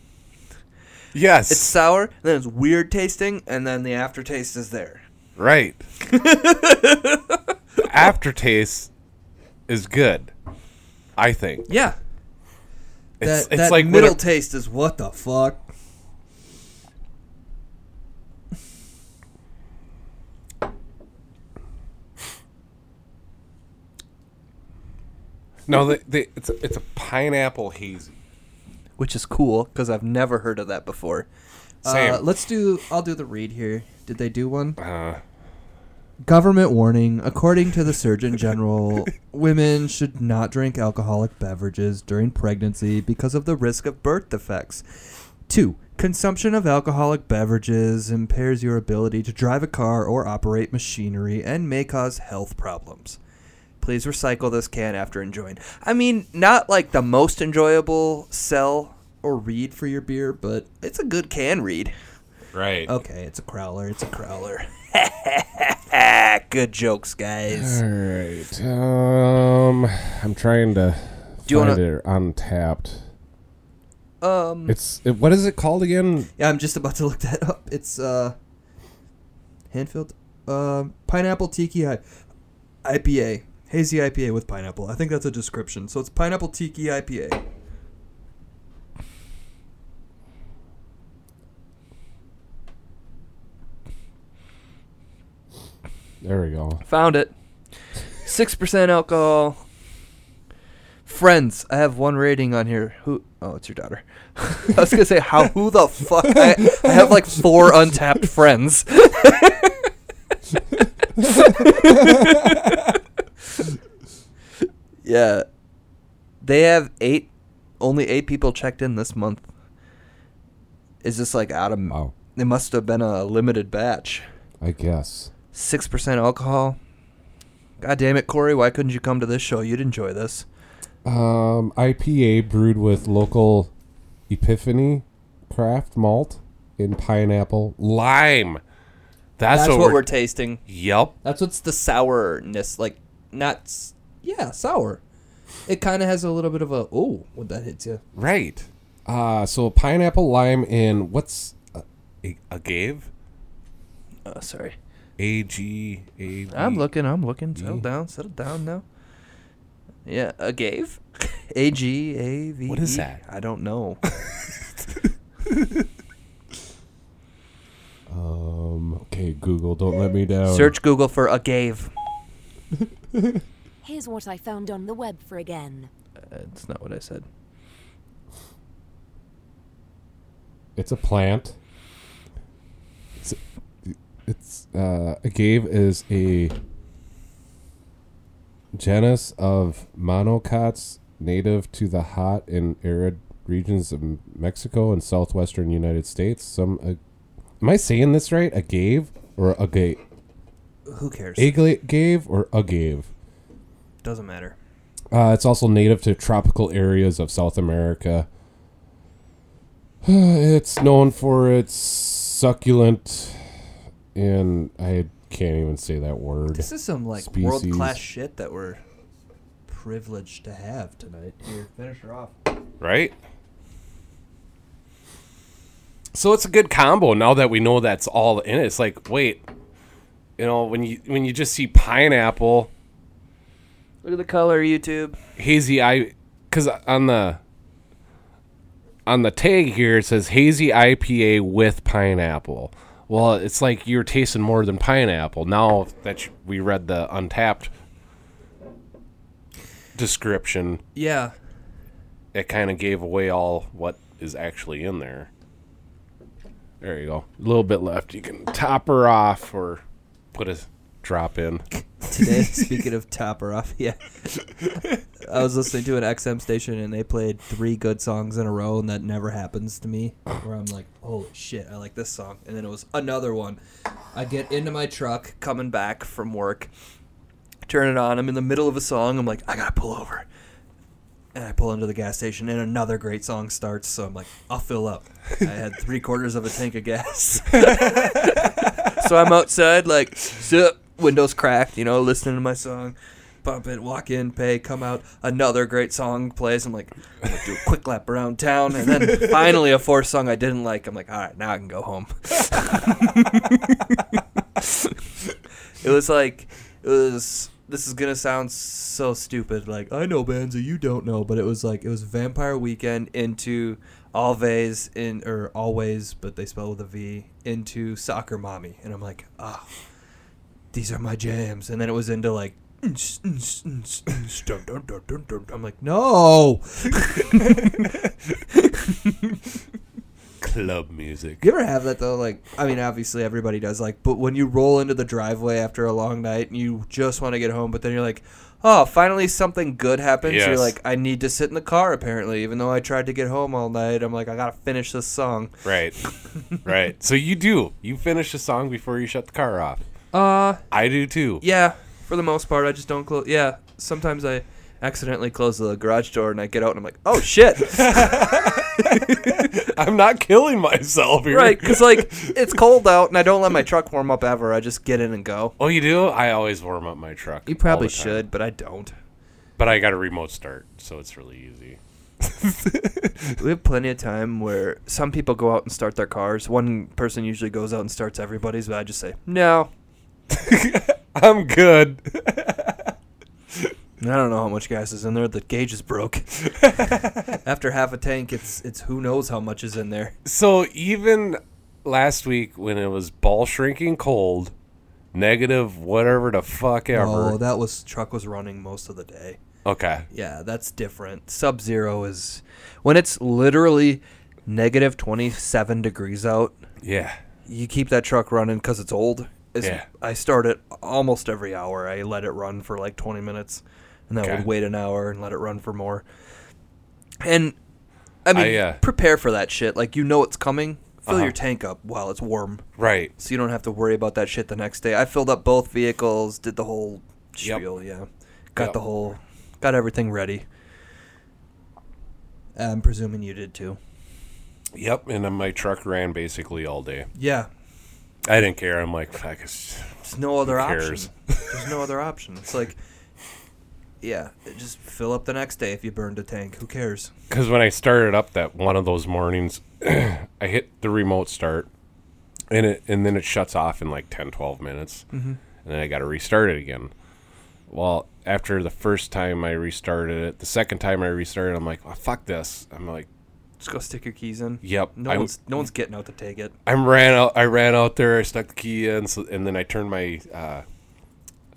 S5: yes.
S4: It's sour, then it's weird tasting, and then the aftertaste is there.
S5: right. the aftertaste is good. I think
S4: Yeah. That,
S5: it's, it's
S4: that
S5: like
S4: middle
S5: middle.
S4: taste is what the fuck?
S5: no, they, they, it's a, it's a pineapple hazy.
S4: Which is cool, because I've never heard of that before.
S5: Same.
S4: Uh, let's do. I'll do the read here. Did they do one?
S5: Uh,
S1: Government warning according to the Surgeon General, women should not drink alcoholic beverages during pregnancy because of the risk of birth defects. 2. Consumption of alcoholic beverages impairs your ability to drive a car or operate machinery and may cause health problems.
S4: Please recycle this can after enjoying. I mean, not like the most enjoyable sell or read for your beer, but it's a good can read.
S5: right.
S4: Okay, it's a crowler. It's a crowler. Good jokes, guys.
S8: All right. Um, I'm trying to
S4: Do you
S8: find
S4: wanna-
S8: it untapped.
S4: Um,
S8: It's it, what is it called again?
S4: yeah, I'm just about to look that up. It's uh, Hanfield, um, pineapple tiki I- IPA, hazy IPA with pineapple. I think that's a description. So it's pineapple tiki IPA.
S8: There we go.
S4: Found it. Six percent alcohol. Friends, I have one rating on here. Who? Oh, it's your daughter. I was gonna say how? Who the fuck? I, I have like four untapped friends. yeah, they have eight only eight people checked in this month. Is this like out of?
S8: Wow.
S4: It must have been a limited batch.
S8: I guess.
S4: Six percent alcohol. God damn it, Corey! Why couldn't you come to this show? You'd enjoy this.
S8: Um, IPA brewed with local Epiphany craft malt in pineapple.
S5: Lime. That's,
S4: That's
S5: what, we're.
S4: tasting.
S5: yep.
S4: That's what's the sourness like. Not s- yeah, sour. It kind of has a little bit of a oh when that hits you.
S5: Right.
S8: Uh, so pineapple lime in what's uh,
S5: A- agave.
S4: Oh, sorry.
S5: A G A.
S4: I'm
S5: V-
S4: looking. I'm looking. Settle down. Settle down now. Yeah, a gave. A G A V.
S5: What is
S4: E?
S5: that?
S4: I don't know.
S8: um? Okay, Google, don't let me down.
S4: Search Google for a gave.
S9: Here's what I found on the web for again.
S4: That's not what I said.
S8: It's a plant. It's it's uh, agave is a genus of monocots native to the hot and arid regions of Mexico and southwestern United States. Some uh, am I saying this right? Agave or agave?
S4: Who cares?
S8: Agave or agave?
S4: Doesn't matter.
S8: Uh, it's also native to tropical areas of South America. it's known for its succulent, and I can't even say that word.
S1: This is some like
S8: Species.
S1: world class shit that we're privileged to have tonight. Here, finish her off.
S5: Right. So it's a good combo now that we know that's all in it. It's like, wait, you know, when you when you just see pineapple,
S4: Look at the color, YouTube.
S5: hazy I cuz on the on the tag here it says hazy IPA with pineapple. Well, it's like you're tasting more than pineapple. Now that you- we read the untapped description,
S4: Yeah.
S5: it kind of gave away all what is actually in there. There you go. A little bit left. You can top her off or put a drop in.
S4: Today, speaking of topper off, yeah. I was listening to an XM station and they played three good songs in a row, and that never happens to me. Where I'm like, holy shit, I like this song. And then it was another one. I get into my truck, Coming back from work, turn it on. I'm in the middle of a song. I'm like, I gotta pull over.
S1: And I pull into the gas station and another great song starts, so I'm like, I'll fill up. I had three quarters of a tank of gas.
S4: so I'm outside, like, zip, windows cracked, you know, listening to my song,
S1: Bump it, walk in, pay, come out.
S4: another great song plays. I'm like, I'm gonna do a quick lap around town, and then finally a fourth song I didn't like. I'm like, all right, now I can go home. it was like, it was. This is gonna sound so stupid, like I know bands that you don't know, but it was like it was Vampire Weekend into Always in or Always, but they spell with a V into Soccer Mommy, and I'm like, ah, these are my jams, and then it was into like. I'm like, no.
S5: Club music.
S4: You ever have that though? Like, I mean, obviously everybody does. Like, but when you roll into the driveway after a long night and you just want to get home, but then you're like, oh, finally something good happens. You're
S5: Yes.
S4: like, I need to sit in the car apparently, even though I tried to get home all night. I'm like, I gotta finish this song.
S5: Right. right. So you do. You finish the song before you shut the car off.
S4: Uh,
S5: I do too.
S4: yeah. For the most part, I just don't close. Yeah, sometimes I accidentally close the garage door and I get out and I'm like, oh shit.
S5: I'm not killing myself here.
S4: right? Because like it's cold out and I don't let my truck warm up ever. I just get in and go.
S5: Oh, you do? I always warm up my truck.
S4: You
S5: all
S4: probably
S5: the time.
S4: should, but I don't.
S5: But I got a remote start, so it's really easy.
S4: We have plenty of time where some people go out and start their cars. One person usually goes out and starts everybody's, but I just say no.
S5: I'm good.
S4: And I don't know how much gas is in there. The gauge is broke. After half a tank, it's it's who knows how much is in there.
S5: So even last week when it was ball shrinking cold, negative whatever the fuck
S4: Oh,
S5: ever.
S4: that was truck was running most of the day.
S5: okay.
S4: Yeah, that's different. Sub zero is when it's literally negative twenty seven degrees out.
S5: Yeah.
S4: you keep that truck running because it's old. It's-
S5: Yeah.
S4: I start it almost every hour. I let it run for like 20 minutes, and then I
S5: Okay.
S4: would wait an hour and let it run for more. And I mean,
S5: I, uh, Uh-huh.
S4: prepare for that shit. Like you know it's coming. Fill your tank up while it's warm,
S5: Right.
S4: so you don't have to worry about that shit the next day. I filled up both vehicles, did the whole
S5: Yep.
S4: spiel. Yeah, got
S5: Yep.
S4: the whole, got everything ready. I'm presuming you did too.
S5: Yep. And then my truck ran basically all day.
S4: Yeah,
S5: I didn't care. I'm like, fuck, it's
S4: There's no other
S5: cares?
S4: option. There's no other option. It's like, yeah, just fill up the next day if you burned a tank. Who cares?
S5: because when I started up that one of those mornings, I hit the remote start, and it and then it shuts off in like 10, 12 minutes, and then I got to restart it again. Well, after the first time I restarted it, the second time I restarted, I'm like, oh, fuck this. I'm like,
S4: Just go stick your keys in.
S5: Yep,
S4: No
S5: I w-
S4: one's no one's getting out to take it.
S5: I ran out. I ran out there. I stuck the key in, so, and then I turned my uh,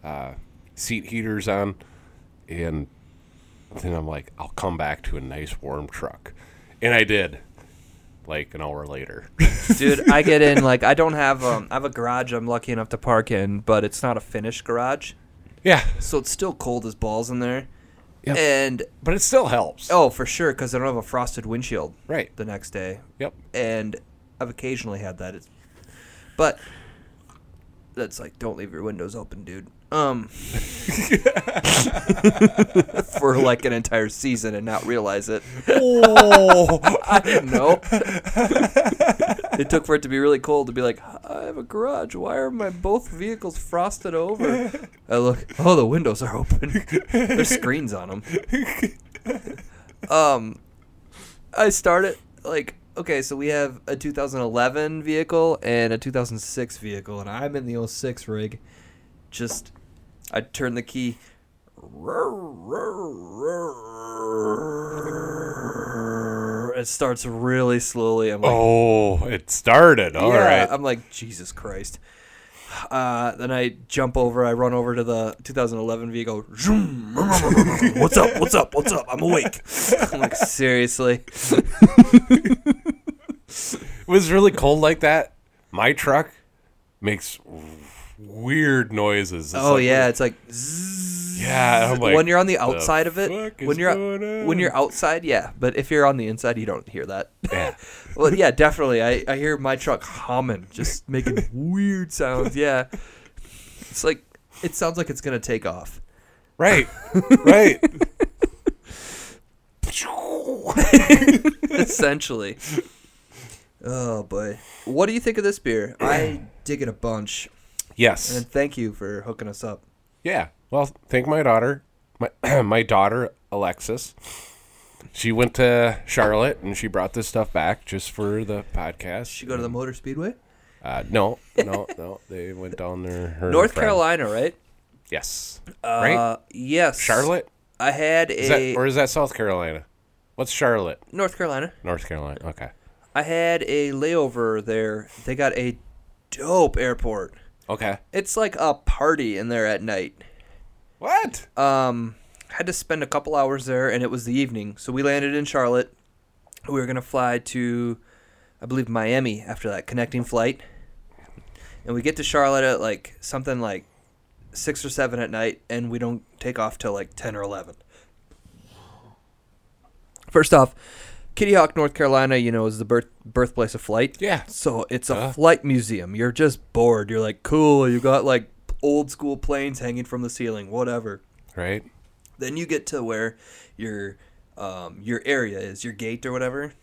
S5: uh, seat heaters on, and then I'm like, I'll come back to a nice warm truck, and I did. Like an hour later,
S4: Dude, I get in like I don't have um I have a garage I'm lucky enough to park in, but it's not a finished garage.
S5: yeah,
S4: So it's still cold as balls in there.
S5: Yep.
S4: And
S5: but it still helps.
S4: oh, for sure cuz I don't have a frosted windshield
S5: right.
S4: the next day.
S5: Yep.
S4: and I've occasionally had that. It's, but that's like, don't leave your windows open, dude. Um, for like an entire season and not realize it.
S5: Oh,
S4: I didn't know. it took for it to be really cold to be like, I have a garage. Why are my both vehicles frosted over? I look, oh, the windows are open. There's screens on them. Um, I started like okay, so we have a 2011 vehicle and a 2006 vehicle, and I'm in the 06 rig. Just, I turn the key. It starts really slowly. I'm like,
S5: oh, it started. All
S4: yeah,
S5: right.
S4: I'm like, Jesus Christ. Uh, then I jump over, I run over to the 2011 vehicle. Zoom. What's up? What's up? What's up? I'm awake. I'm like, seriously?
S5: It was really cold like that. My truck makes weird noises. It's
S4: Oh,
S5: like-
S4: yeah. It's like, zzz.
S5: yeah. I'm like,
S4: when you're on the
S5: "The
S4: outside of
S5: fuck
S4: it,
S5: is
S4: when you're
S5: going
S4: when
S5: on?"
S4: you're outside, yeah. But if you're on the inside, you don't hear that.
S5: Yeah.
S4: well, yeah, definitely. I, I hear my truck humming, just making weird sounds. Yeah, it's like it sounds like it's gonna take off.
S5: Right. right.
S4: essentially. Oh boy, what do you think of this beer? I dig it a bunch,
S5: Yes.
S4: and thank you for hooking us up.
S5: Yeah. Well, thank my daughter, my my daughter Alexis. She went to Charlotte and she brought this stuff back just for the podcast.
S4: Should go to the Motor Speedway,
S5: Uh, no, no, no. They went down there. her and
S4: North
S5: a friend.
S4: Carolina, right?
S5: Yes.
S4: Uh,
S5: right.
S4: yes.
S5: Charlotte.
S4: I had
S5: Is that,
S4: a
S5: or is that South Carolina? What's Charlotte?
S4: North Carolina.
S5: North Carolina. Okay.
S4: I had a layover there. They got a dope airport.
S5: Okay.
S4: It's like a party in there at night.
S5: What?
S4: um, had to spend a couple hours there, and it was the evening. So we landed in Charlotte. We were gonna fly to, I believe, Miami after that connecting flight. And we get to Charlotte at like something like six or seven at night, and we don't take off till like ten or eleven. First off, Kitty Hawk, North Carolina, you know, is the birth birthplace of flight.
S5: Yeah.
S4: So it's a
S5: Duh.
S4: flight museum. You're just bored. You're like, cool. You got like old school planes hanging from the ceiling. Whatever
S5: Right.
S4: then you get to where your um, your area is your gate or whatever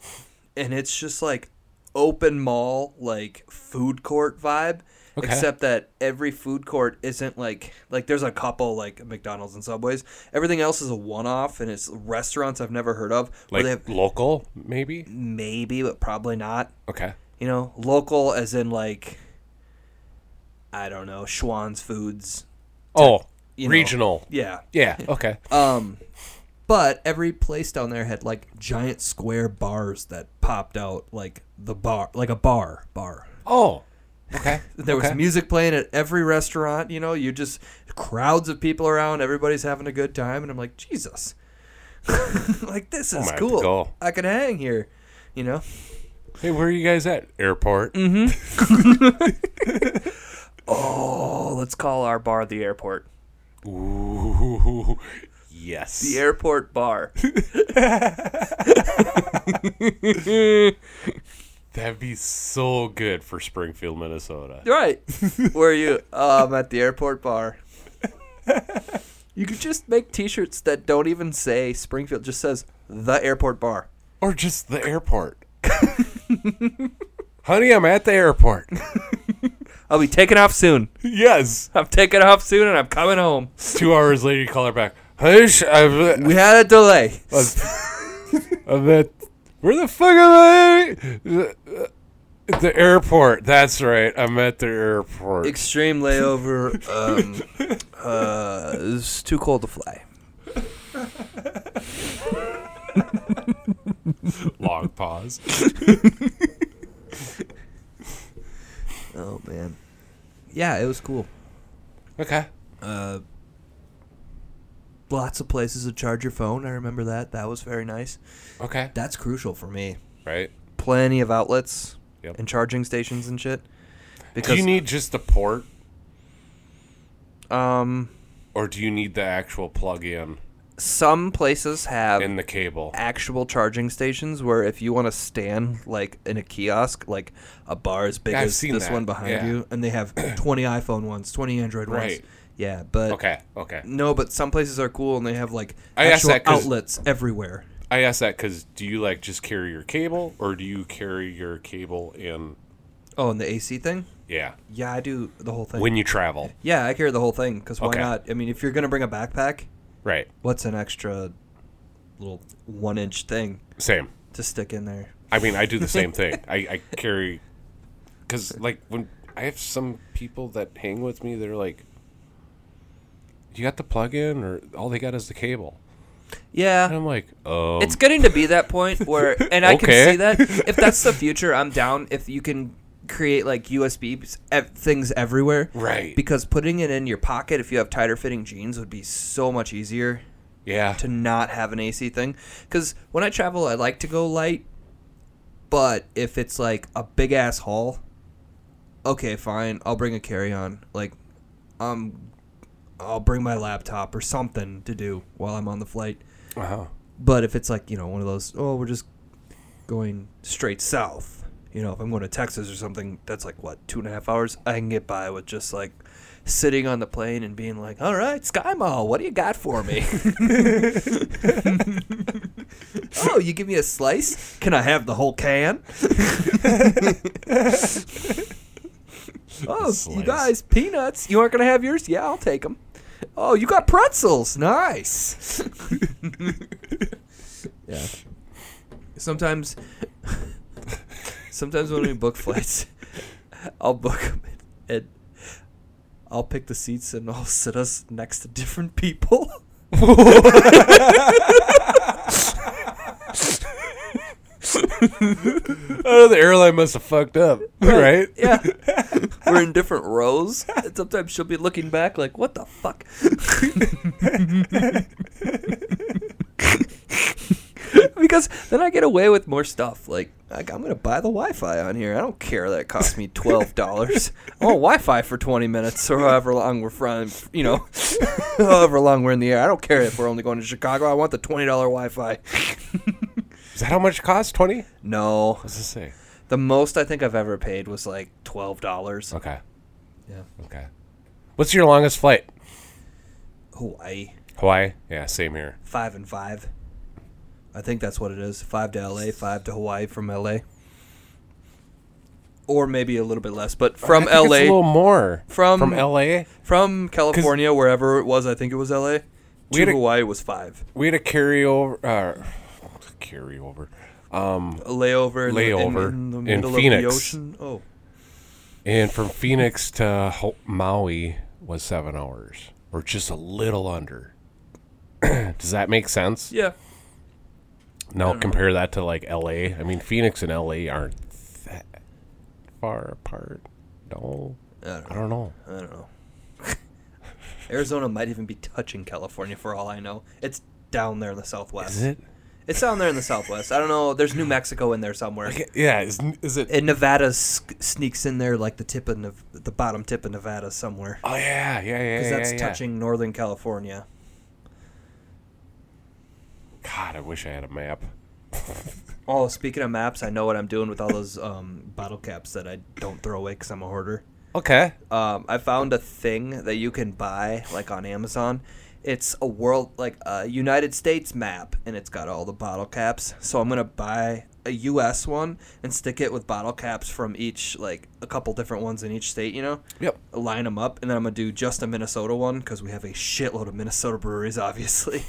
S4: and it's just like open mall like food court vibe
S5: Okay.
S4: except that every food court isn't like like there's a couple like mcdonald's and subways everything else is a one-off and it's restaurants i've never heard of where
S5: Like
S4: they have
S5: local, maybe.
S4: maybe but probably not
S5: Okay.
S4: you know local as in like i don't know schwann's foods
S5: Oh,
S4: you know.
S5: regional.
S4: yeah
S5: Yeah. Okay.
S4: Um, but every place down there had like giant square bars that popped out, like the bar, like a bar, bar.
S5: oh. Okay.
S4: There was
S5: Okay.
S4: music playing at every restaurant. You know, you just crowds of people around. Everybody's having a good time, and I'm like, Jesus, like this is
S5: gonna have to
S4: cool.
S5: go.
S4: I can hang here. You know,
S5: Hey, where are you guys at? Airport.
S4: Mm-hmm. oh, let's call our bar the airport.
S5: Ooh, Yes.
S4: The airport bar.
S5: That'd be so good for Springfield, Minnesota.
S4: right. Where are you? Oh, I'm at the airport bar. You could just make T-shirts that don't even say Springfield. Just says the airport bar.
S5: Or just the airport. Honey, I'm at the airport.
S4: I'll be taking off soon.
S5: yes.
S4: I'm taking off soon, and I'm coming home.
S5: Two hours later, you call her back. Honey, sh- I've, uh,
S4: We had a delay.
S5: I'm at. Where the fuck am I? At The airport. That's right. I'm at the airport.
S4: Extreme layover. Um, uh, it's too cold to fly.
S5: Long pause.
S4: Oh man. Yeah, it was cool.
S5: Okay.
S4: Lots of places to charge your phone. I remember that. That was very nice.
S5: Okay.
S4: That's crucial for me.
S5: Right.
S4: Plenty of outlets
S5: Yep.
S4: and charging stations and shit.
S5: Do
S4: Because
S5: you need just the port,
S4: um,
S5: or do you need the actual plug-in
S4: some places have
S5: and the cable?
S4: actual charging stations where if you want to stand like in a kiosk, like a bar as big
S5: I've
S4: as
S5: seen
S4: this
S5: that,
S4: one behind
S5: yeah.
S4: you, and they have 20 iPhone ones, 20 Android ones.
S5: Right.
S4: Yeah, but
S5: Okay. Okay.
S4: no, but some places are cool and they have like
S5: I asked
S4: actual
S5: that 'cause-
S4: outlets everywhere.
S5: I ask that because do you like just carry your cable, or do you carry your cable in?
S4: Oh, and the AC thing?
S5: Yeah.
S4: Yeah, I do the whole thing.
S5: When you travel.
S4: yeah, I carry the whole thing because why
S5: Okay.
S4: not? I mean, if you're gonna bring a backpack,
S5: Right.
S4: what's an extra little one-inch thing
S5: Same.
S4: to stick in there?
S5: I mean, I do the same thing. I, I carry because like when I have some people that hang with me, they're like, "You got the plug-in, or all they got is the cable,"
S4: Yeah,
S5: and I'm like, "Oh,
S4: It's getting to be that point where, and I
S5: Okay.
S4: can see that. If that's the future, I'm down. If you can create like USB s- ev- things everywhere,
S5: Right.
S4: Because putting it in your pocket, if you have tighter fitting jeans, would be so much easier
S5: yeah,
S4: to not have an AC thing. Because when I travel, I like to go light, but if it's like a big ass haul, okay, fine. I'll bring a carry on. Like, um, I'll bring my laptop or something to do while I'm on the flight.
S5: wow,
S4: But if it's like, you know, one of those, oh, we're just going straight south, you know, if I'm going to Texas or something, that's like, what, two and a half hours? I can get by with just like sitting on the plane and being like, all right, Sky Mall, what do you got for me? oh, you give me a slice? Can I have the whole can? oh, you
S5: Slice.
S4: guys, peanuts. You aren't going to have yours? Yeah, I'll take them. Oh, you got pretzels. Nice. yeah. Sometimes, sometimes when we book flights, I'll book them and I'll pick the seats and I'll sit us next to different people.
S5: oh, the airline must have fucked up, right?
S4: Yeah. We're in different rows. And sometimes she'll be looking back like, what the fuck? because then I get away with more stuff. Like, like I'm going to buy the Wi Fi on here. I don't care that it cost me $12. I want Wi Fi for 20 minutes or however long we're from, you know, however long we're in the air. I don't care if we're only going to Chicago. I want the $20 Wi Fi.
S5: Is that how much it costs? Twenty?
S4: No.
S5: What's this say?
S4: The most I think I've ever paid was like $12.
S5: Okay.
S4: Yeah.
S5: Okay. What's your longest flight?
S4: Hawaii.
S5: Hawaii. Yeah, same here.
S4: five and five. I think that's what it is. Five to LA, five to Hawaii from LA. Or maybe a little bit less, but from
S5: I think it's a
S4: LA,
S5: little more
S4: From-
S5: from LA.
S4: from California, wherever it was, I think it was LA.
S5: We
S4: To
S5: had a-
S4: Hawaii was five.
S5: We had a carryover. Uh, carryover. Um,
S4: A layover, in the- in-
S5: Layover
S4: in, the
S5: in
S4: middle
S5: Phoenix.
S4: of the ocean. Oh,
S5: And from Phoenix to Ho- Maui was seven hours, or just a little under. Does that make sense?
S4: yeah,
S5: Now compare that to like LA. I mean, Phoenix and LA aren't that far apart. No, I don't know.
S4: I don't know. Arizona might even be touching California for all I know. It's down there in the southwest.
S5: Is it?
S4: It's down there in the southwest. I don't know. There's New Mexico in there somewhere.
S5: Yeah. Is, is it?
S4: and Nevada sk- sneaks in there like the tip of Nev- the bottom tip of Nevada somewhere
S5: Oh yeah, yeah, yeah.
S4: because that's
S5: yeah, yeah.
S4: touching Northern California.
S5: God, I wish I had a map.
S4: Oh, speaking of maps, I know what I'm doing with all those um, bottle caps that I don't throw away because I'm a hoarder.
S5: Okay.
S4: um, I found a thing that you can buy like on Amazon. It's a world like a United States map, and it's got all the bottle caps. So I'm gonna buy a U.S. one and stick it with bottle caps from each like a couple different ones in each state. You know.
S5: Yep.
S4: Line them up, and then I'm gonna do just a Minnesota one because we have a shitload of Minnesota breweries, obviously.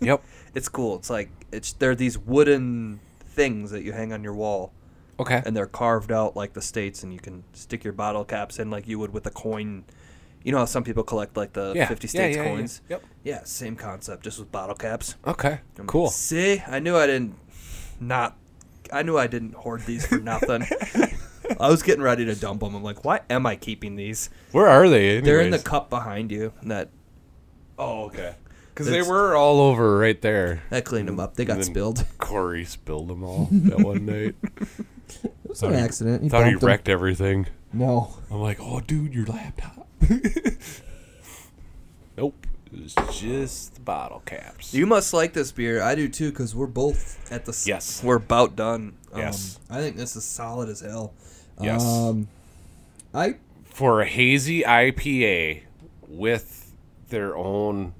S5: Yep.
S4: it's cool. It's like it's they're these wooden things that you hang on your wall
S5: Okay.
S4: and they're carved out like the states, and you can stick your bottle caps in like you would with a coin. You know how some people collect like the
S5: Yeah,
S4: 50
S5: yeah,
S4: states
S5: yeah, yeah.
S4: coins?
S5: Yep.
S4: Yeah, same concept, just with bottle caps.
S5: Okay.
S4: I'm like,
S5: Cool.
S4: See, I knew I didn't not. I knew I didn't hoard these for nothing. I was getting ready to dump them. I'm like, why am I keeping these?
S5: Where are they? Anyways?
S4: They're in the cup behind you. and That
S5: Oh, okay. Because they
S4: It's-
S5: were all over right there.
S4: I cleaned them up. They got
S5: Then
S4: spilled.
S5: Corey spilled them all that one night.
S10: It was
S5: Thought
S10: an
S5: he-
S10: accident. He
S5: Thought he
S10: bumped him.
S5: wrecked everything.
S10: No.
S5: I'm like, oh, dude, your laptop. nope. It was just the bottle caps.
S4: You must like this beer. I do too, because we're both at the. s-
S5: Yes.
S4: We're about done. Um,
S5: Yes.
S4: I think this is solid as hell.
S5: yes.
S10: Um, I
S5: For a hazy IPA with their own.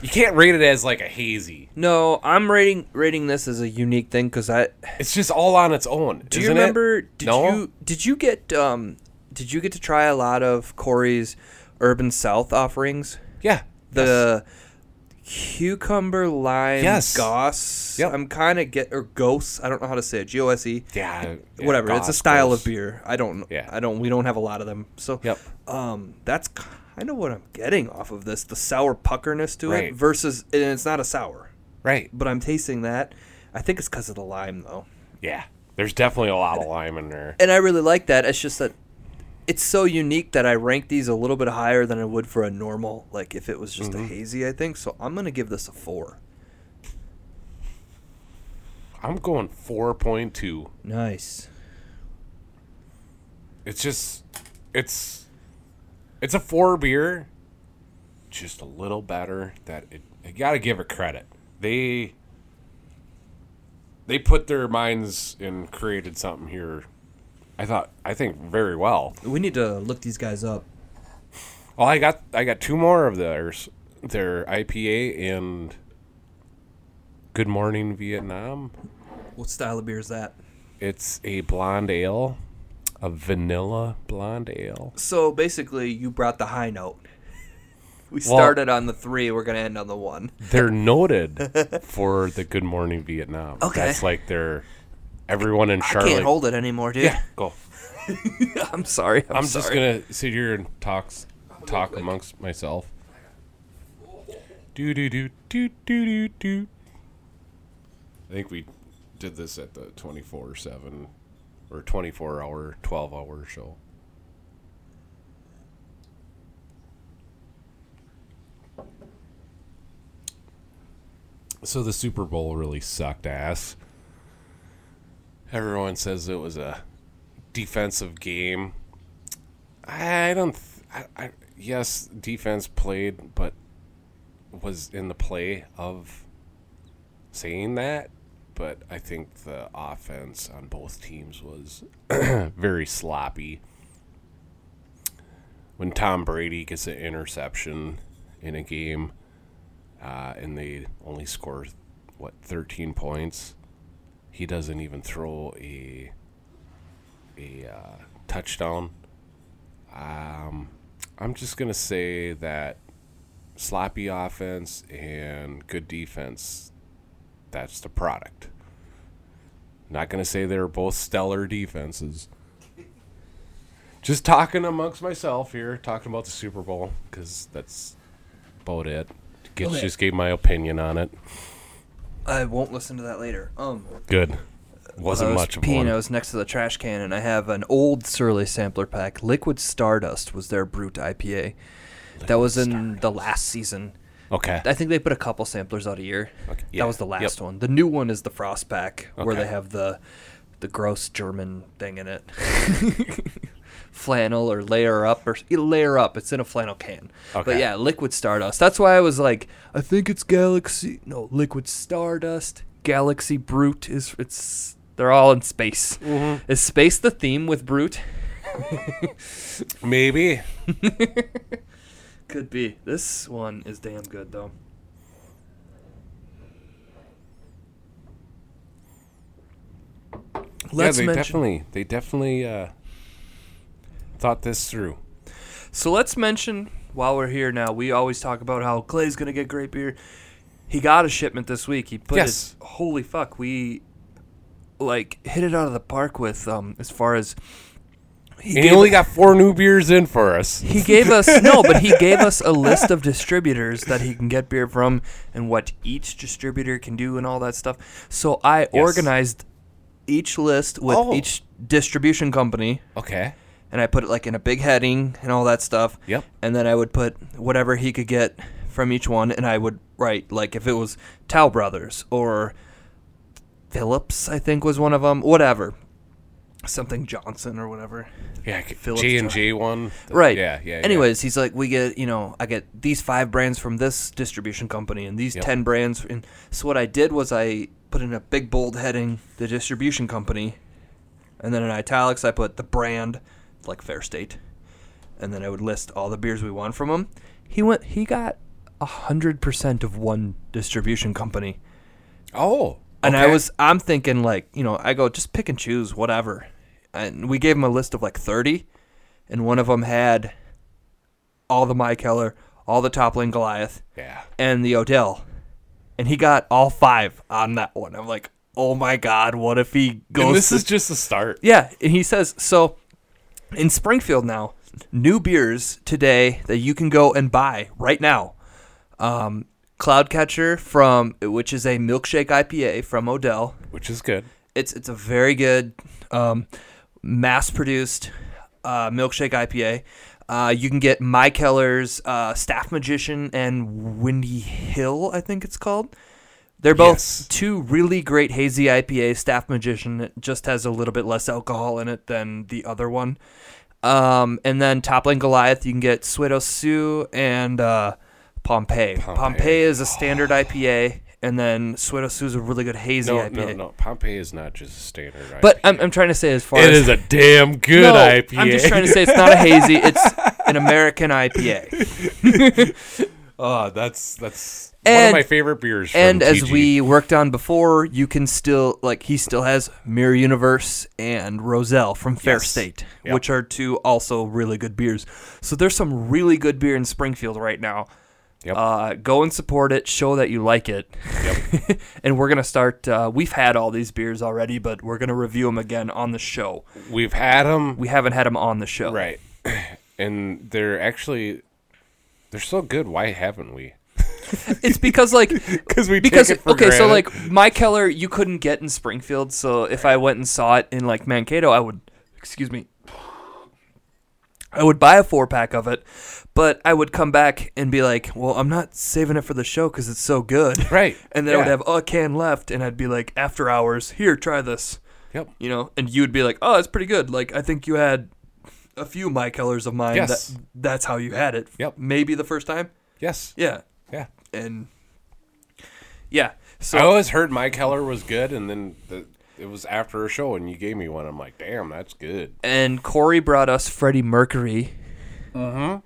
S5: You can't rate it as like a hazy.
S4: No, I'm rating rating this as a unique thing because I.
S5: It's just all on its own.
S4: Do you
S5: isn't it?
S4: remember? Did
S5: no?
S4: you did you get um did you get to try a lot of Corey's Urban South offerings?
S5: Yeah.
S4: The cucumber lime
S5: Yes.
S4: goss.
S5: Yep.
S4: I'm kind of get or gose. I don't know how to say it. G O S E.
S5: Yeah. yeah,
S4: Whatever. it's a
S5: gosh,
S4: style
S5: gross.
S4: of beer. I don't.
S5: Yeah.
S4: I don't. We don't have a lot of them. So.
S5: Yep.
S4: Um. That's kind of what I'm getting off of this. The sour puckerness to
S5: Right.
S4: it versus and it's not a sour,
S5: Right.
S4: but I'm tasting that. I think it's because of the lime though.
S5: Yeah. There's definitely a lot of lime in there.
S4: and I really like that. It's just that it's so unique that I rank these a little bit higher than I would for a normal, like if it was just
S5: Mm-hmm.
S4: a hazy. I think so. I'm gonna give this a four.
S5: I'm going 4.2.
S1: Nice.
S5: It's just, it's, it's a four beer, just a little better. That it, I gotta give it credit. They, they put their minds and created something here. I thought, I think very well.
S1: We need to look these guys up.
S5: Oh, I got, I got two more of theirs. Their IPA and Good Morning Vietnam.
S4: What style of beer is that?
S5: It's a blonde ale, a vanilla blonde ale.
S4: So basically, you brought the high note. We started on the three. We're gonna end on the one.
S5: They're noted for the Good Morning Vietnam.
S4: Okay.
S5: That's like their everyone in
S4: I
S5: Charlotte.
S4: can't hold it anymore, dude.
S5: Yeah, go.
S4: I'm sorry. I'm,
S5: I'm
S4: sorry.
S5: just gonna sit here and talk s- talk amongst myself. Do do do do do do do. I think we did this at the 24 seven or 24 hour, 12 hour show. So the Super Bowl really sucked ass. Everyone says it was a defensive game. I don't. Th- I, I, yes, defense played, but was in the play of saying that. But I think the offense on both teams was very sloppy. When Tom Brady gets an interception in a game, uh, and they only score what thirteen points, he doesn't even throw a a uh, touchdown. Um, I'm just gonna say that sloppy offense and good defense. That's the product. Not gonna say they were both stellar defenses. Just talking amongst myself here, talking about the Super Bowl because that's about it. Get, Just gave my opinion on it.
S4: I won't listen to that later. Um,
S5: Good.
S4: I
S5: Wasn't
S4: was
S5: much of
S4: peeing,
S5: one.
S4: I was next to the trash can, and I have an old Surly sampler pack. Liquid Stardust was their Brute IPA. that was in the last season.
S5: Okay.
S4: I think they put a couple samplers out a year.
S5: Okay, yeah,
S4: That was the
S5: yep.
S4: last one. The new one is the Frost pack, where
S5: Okay.
S4: they have the the gross German thing in it. flannel or layer up or layer up. It's in a flannel can. But
S5: Okay.
S4: yeah, liquid stardust. That's why I was like, I think it's galaxy. No, liquid stardust. Galaxy brute is it's. They're all in space.
S5: Mm-hmm.
S4: Is space the theme with brute?
S5: Maybe.
S4: Could be. This one is damn good though. Let's
S5: yeah, they
S4: mention.
S5: definitely they definitely uh, thought this through.
S4: So let's mention while we're here now. We always talk about how Clay's gonna get great beer. He got a shipment this week. He put
S5: Yes.
S4: it. Holy fuck, we like hit it out of the park with um as far as he
S5: And he
S4: gave-
S5: only got four new beers in for us.
S4: He gave us no, but he gave us a list of distributors that he can get beer from and what each distributor can do and all that stuff. So I organized each list with
S5: Oh.
S4: each distribution company
S5: Okay.
S4: and I put it like in a big heading and all that stuff.
S5: Yep.
S4: And then I would put whatever he could get from each one and I would write like if it was Tao Brothers or Phillips, I think was one of them, whatever. Something Johnson or whatever.
S5: Yeah,
S4: Phillips
S5: J and J one. The-
S4: Right.
S5: Yeah, yeah. yeah.
S4: Anyways, he's like, we get, you know, I get these five brands from this distribution company and these
S5: Yep.
S4: 10 brands. And so what I did was I put in a big bold heading, the distribution company. And then in italics, I put the brand, like Fair State. And then I would list all the beers we won from him. He went, he got 100% of one distribution company.
S5: Oh.
S4: And I
S5: okay.
S4: was, I'm thinking like, you know, I go just pick and choose whatever. And we gave him a list of like 30, and one of them had all the Mike Keller, all the Toppling Goliath,
S5: Yeah.
S4: and the Odell. And he got all five on that one. I'm like, oh my God, what if he goes?
S5: And this
S4: to-
S5: is just the start.
S4: yeah, and he says so. In Springfield now, new beers today that you can go and buy right now. Um, Cloudcatcher from which is a milkshake IPA from Odell.
S5: Which is good.
S4: It's it's a very good um, mass produced uh, milkshake IPA. Uh, you can get My Keller's uh, Staff Magician and Windy Hill, I think it's called. They're both
S5: Yes.
S4: two really great hazy IPA. Staff Magician just has a little bit less alcohol in it than the other one. Um, and then Toppling Goliath, you can get Suedo Sue and uh, Pompeii. Pompeii. is a standard IPA, and then Suedo Sue is a really good hazy
S5: No,
S4: IPA.
S5: no, no. Pompeii is not just a standard IPA.
S4: But I'm, I'm trying to say as far
S5: it
S4: as
S5: is a damn good
S4: No,
S5: IPA.
S4: I'm just trying to say it's not a hazy. It's an American IPA.
S5: oh, that's that's one
S4: And-
S5: of my favorite beers. From
S4: And as
S5: TG.
S4: we worked on before, you can still like he still has Mirror Universe and Roselle from Fair
S5: Yes.
S4: State,
S5: Yep.
S4: which are two also really good beers. So there's some really good beer in Springfield right now.
S5: Yep.
S4: Uh, go and support it. Show that you like it. Yep. and we're gonna start. Uh, we've had all these beers already, but we're gonna review them again on the show.
S5: we've had them.
S4: We haven't had them on the show.
S5: Right. And they're actually they're so good. Why haven't we?
S4: It's because like
S5: 'Cause we take
S4: because
S5: it for
S4: okay, so
S5: granted.
S4: like my Keller you couldn't get in Springfield, so if I went and saw it in like Mankato, I would excuse me. I would buy a four pack of it, but I would come back and be like, "Well, I'm not saving it for the show because it's so good."
S5: Right,
S4: And then I would
S5: yeah.
S4: have a can left, and I'd be like, "After hours, here, try this."
S5: Yep.
S4: You know, and you'd be like, "Oh, that's pretty good." Like I think you had a few my Kellers of mine.
S5: Yes.
S4: That, that's how you had it.
S5: Yep.
S4: Maybe the first time.
S5: Yes.
S4: Yeah
S5: Yeah.
S4: and yeah. So
S5: I always heard my Keller was good, and then the, it was after a show, and you gave me one. I'm like, damn, that's good.
S4: and Corey brought us Freddie Mercury. Mm-hmm.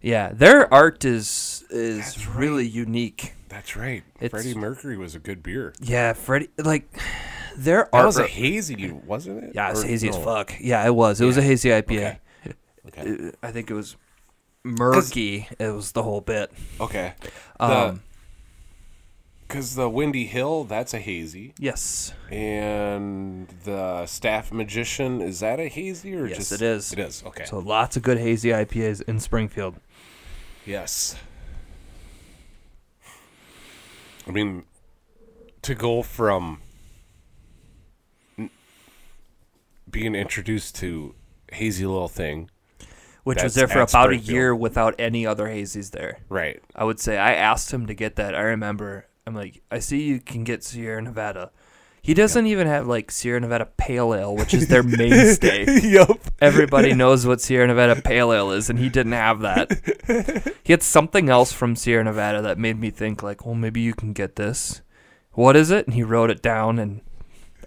S4: Yeah, their art is is really unique.
S5: That's right.
S4: It's-
S5: Freddie Mercury was a good beer.
S4: Yeah, Freddie like their
S5: That
S4: art.
S5: was a hazy, wasn't it?
S4: yeah, it's
S5: Or-
S4: hazy as
S5: no.
S4: fuck. Yeah, it was. It was a hazy IPA.
S5: Okay.
S4: Uh, I think it was murky. It was the whole bit.
S5: Okay.
S4: Um,
S5: Because the Windy Hill, that's a hazy,
S4: yes.
S5: and the Staff Magician is that a hazy or
S4: Yes,
S5: just
S4: it is.
S5: It is okay.
S4: So lots of good hazy IPAs in Springfield.
S5: Yes. I mean, to go from n- being introduced to Hazy Little Thing,
S4: Which was there
S5: That's
S4: for
S5: at
S4: about a
S5: Springfield.
S4: year without any other hazies there.
S5: right?
S4: I would say I asked him to get that. I remember I'm like, I see you can get Sierra Nevada. He doesn't even have like Sierra Nevada Pale Ale, which is their mainstay.
S5: Yup.
S4: Everybody knows what Sierra Nevada Pale Ale is, and he didn't have that. He had something else from Sierra Nevada that made me think like, well, maybe you can get this. What is it? And he wrote it down, and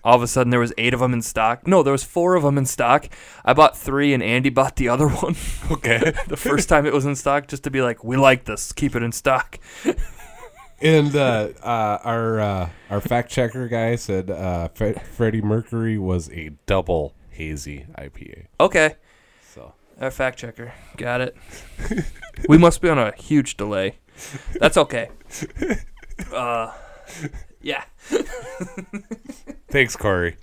S4: all of a sudden there was eight of them in stock. No, there was four of them in stock. I bought three, and Andy bought the other one.
S5: Okay.
S4: the first time it was in stock, just to be like, we like this, keep it in stock.
S8: And uh, uh, our uh, our fact checker guy said uh, Fre- Freddie Mercury was a double hazy IPA.
S4: Okay.
S8: So
S4: Our fact checker. Got it. we must be on a huge delay. That's okay. Uh, yeah.
S5: thanks, Corey.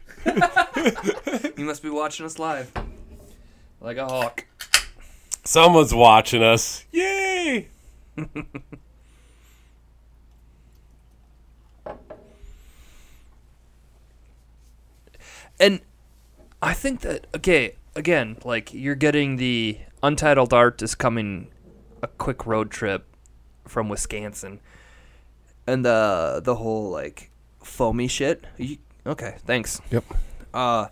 S4: you must be watching us live. Like a hawk.
S5: Someone's watching us. Yay!
S4: And I think that, okay, again, like you're getting the Untitled Art is coming a quick road trip from Wisconsin. And the, the whole, like, foamy shit. You, okay, thanks.
S8: Yep.
S4: Uh,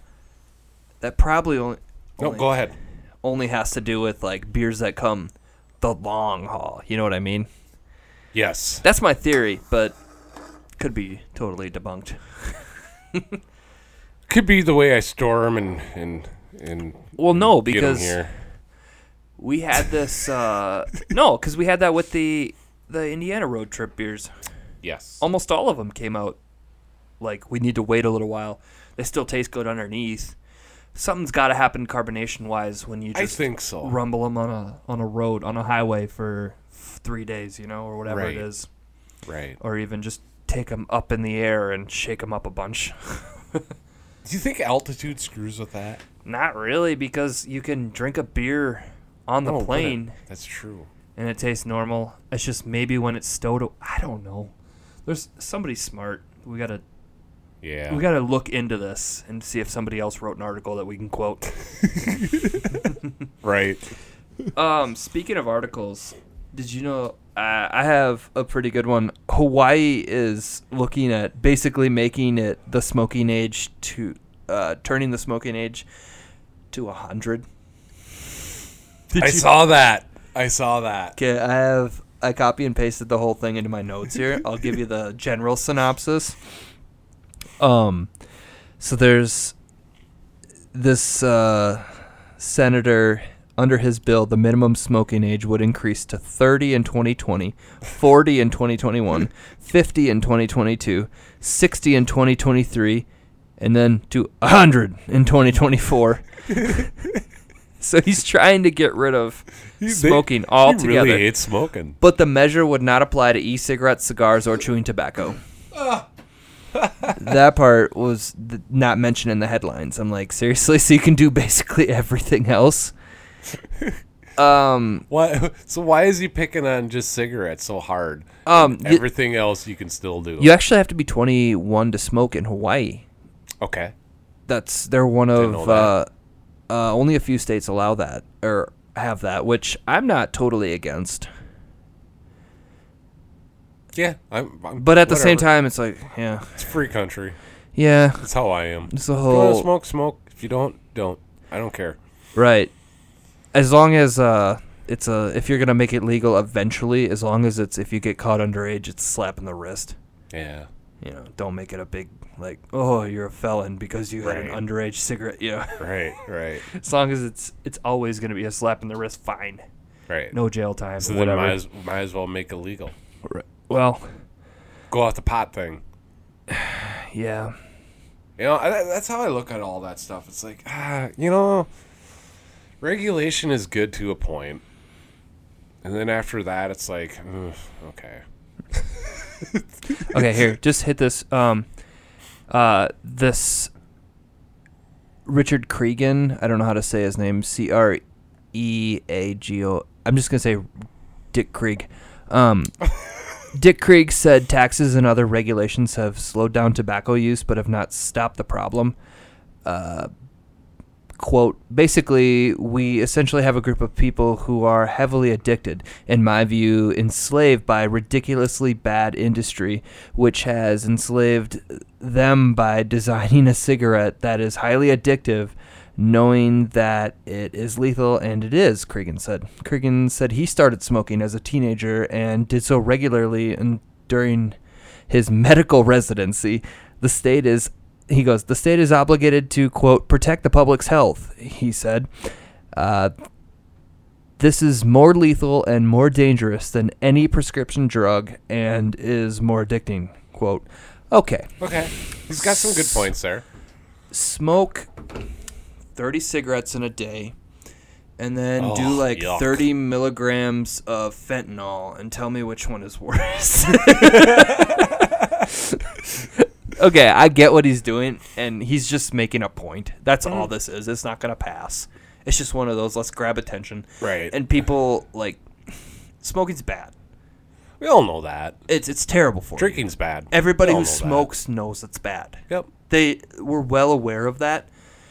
S4: that probably only.
S5: No,
S4: only-
S5: go ahead.
S4: only has to do with like beers that come the long haul. You know what I mean?
S5: Yes.
S4: That's my theory, but could be totally debunked.
S5: Could be the way I store them and and and
S4: Well, no,
S5: get 'em
S4: because
S5: here.
S4: we had this. Uh, no, because we had that with the the Indiana road trip beers.
S5: Yes.
S4: Almost all of them came out like we need to wait a little while. They still taste good underneath. Something's got to happen carbonation wise when you
S5: I
S4: just
S5: think so.
S4: rumble them on a on a road on a highway for f- three days, you know, or whatever
S5: Right.
S4: it is.
S5: Right.
S4: or even just take them up in the air and shake them up a bunch.
S5: Do you think altitude screws with that?
S4: Not really, because you can drink a beer on the
S5: No, it
S4: plane
S5: wouldn't. That's true.
S4: and it tastes normal. It's just maybe when it's stowed. a- I don't know. There's somebody smart. We gotta
S5: Yeah.
S4: we gotta look into this and see if somebody else wrote an article that we can quote.
S5: right.
S4: um, speaking of articles, did you know? Uh, I have a pretty good one. Hawaii is looking at basically making it the smoking age to uh, turning the smoking age to a hundred.
S5: I saw that. I saw that.
S4: Okay, I have I copy and pasted the whole thing into my notes here. I'll give you the general synopsis. Um, so there's this uh, senator under his bill, the minimum smoking age would increase to 30 in 2020, 40 in 2021, 50 in 2022, 60 in 2023, and then to 100 in 2024. so he's trying to get rid of smoking altogether.
S5: Really hate smoking.
S4: But the measure would not apply to e cigarettes, cigars, or chewing tobacco. that part was th- not mentioned in the headlines. I'm like, seriously? So you can do basically everything else? Um,
S5: Why? So why is he picking on just cigarettes so hard?
S4: um, y-
S5: Everything else you can still do.
S4: you actually have to be 21 to smoke in Hawaii.
S5: Okay.
S4: That's they're one
S5: Didn't
S4: of
S5: know
S4: uh,
S5: that.
S4: uh, only a few states allow that or have that, which I'm not totally against.
S5: Yeah. I'm. I'm
S4: But at the same
S5: whatever.
S4: time, it's like, yeah,
S5: it's free country.
S4: yeah,
S5: That's how I am.
S4: it's a
S5: If you want
S4: whole
S5: to smoke, smoke. If you don't, don't. I don't care.
S4: Right. As long as uh, it's a if you're gonna make it legal eventually, as long as it's if you get caught underage, it's a slap in the wrist.
S5: Yeah.
S4: You know, don't make it a big like oh you're a felon because you had
S5: Right.
S4: an underage cigarette. Yeah.
S5: Right. Right.
S4: as long as it's it's always gonna be a slap in the wrist. Fine.
S5: Right.
S4: No jail time.
S5: So then
S4: whatever.
S5: might as, might as well make it legal.
S4: well,
S5: Go off the pot thing.
S4: yeah.
S5: You know, I, that- that's how I look at all that stuff. It's like, ah, you know, regulation is good to a point, and then after that, it's like, ugh, okay,
S4: Okay, here, just hit this. Um, uh, this Richard Cregan. I don't know how to say his name. C R E A G O. I'm just gonna say Dick Krieg. Um, Dick Krieg said taxes and other regulations have slowed down tobacco use, but have not stopped the problem. Uh, quote basically we essentially have a group of people who are heavily addicted in my view enslaved by ridiculously bad industry which has enslaved them by designing a cigarette that is highly addictive knowing that it is lethal and it is Cregan said Cregan said he started smoking as a teenager and did so regularly and during his medical residency the state is he goes, the state is obligated to, quote, protect the public's health, he said. Uh, this is more lethal and more dangerous than any prescription drug and is more addicting, quote. Okay.
S5: Okay. He's got some good points there.
S4: Smoke 30 cigarettes in a day and then do
S5: Oh,
S4: like
S5: yuck.
S4: 30 milligrams of fentanyl and tell me which one is worse. okay, I get what he's doing, and he's just making a point. That's
S5: Mm-hmm.
S4: all this is. It's not gonna pass. It's just one of those. Let's grab attention.
S5: Right.
S4: And people like smoking's bad.
S5: We all know that.
S4: It's it's terrible for you.
S5: Drinking's bad. We
S4: Everybody
S5: all
S4: who
S5: know that.
S4: smokes knows it's bad.
S5: Yep.
S4: They were well aware of that.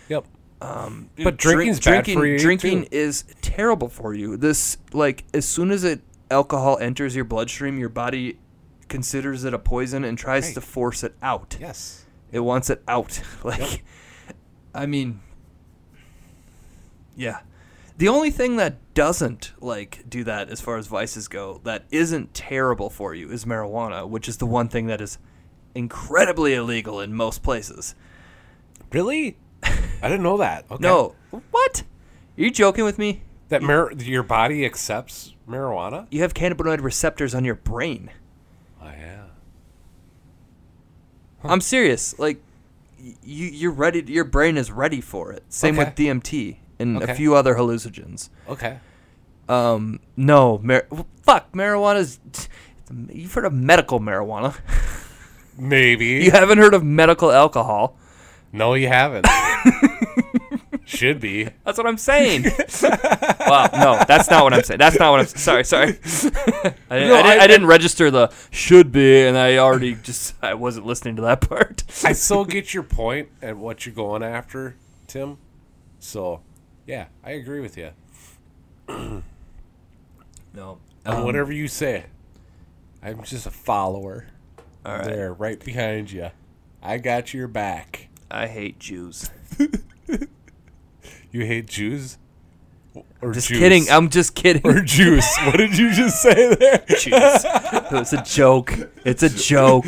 S5: Yep.
S4: Dude,
S5: But
S4: Um, drink-
S5: drinking's bad
S4: drinking,
S5: for you,
S4: Drinking
S5: too.
S4: is terrible for you. This like as soon as it alcohol enters your bloodstream, your body considers it a poison and tries to force it out.
S5: Yes.
S4: It wants it out. Like, I mean, yeah. The only thing that doesn't like do that, as far as vices go, that isn't terrible for you is marijuana, which is the one thing that is incredibly illegal in most places.
S5: Really? I didn't know that. Okay.
S4: No, what? Are you joking with me?
S5: That mar- your body accepts marijuana?
S4: You have cannabinoid receptors on your brain.
S5: Oh, yeah.
S4: I'm serious. Like, y- you you're ready. Your brain is ready for it. Same
S5: Okay.
S4: with DMT and
S5: Okay.
S4: a few other hallucinogens.
S5: Okay.
S4: Um, no, mar- fuck, marijuana's. You've heard of medical marijuana.
S5: Maybe.
S4: You haven't heard of medical alcohol.
S5: No, you haven't. Should be.
S4: That's what I'm saying. wow, no, that's not what I'm saying. That's not what I'm. Sorry, sorry. I, didn't, I, didn't, I
S5: I-
S4: didn't register the should be, and I already just I wasn't listening to that part.
S5: I still get your point and what you're going after, Tim. So, yeah, I agree with you.
S4: No.
S5: And whatever you say, I'm just a follower. There, right behind you. I got your back.
S4: I hate Jews.
S5: You hate Jews? Or
S4: Just kidding. I'm just kidding.
S5: or juice. What did you just say there?
S4: Jews. It was a joke. It's a joke.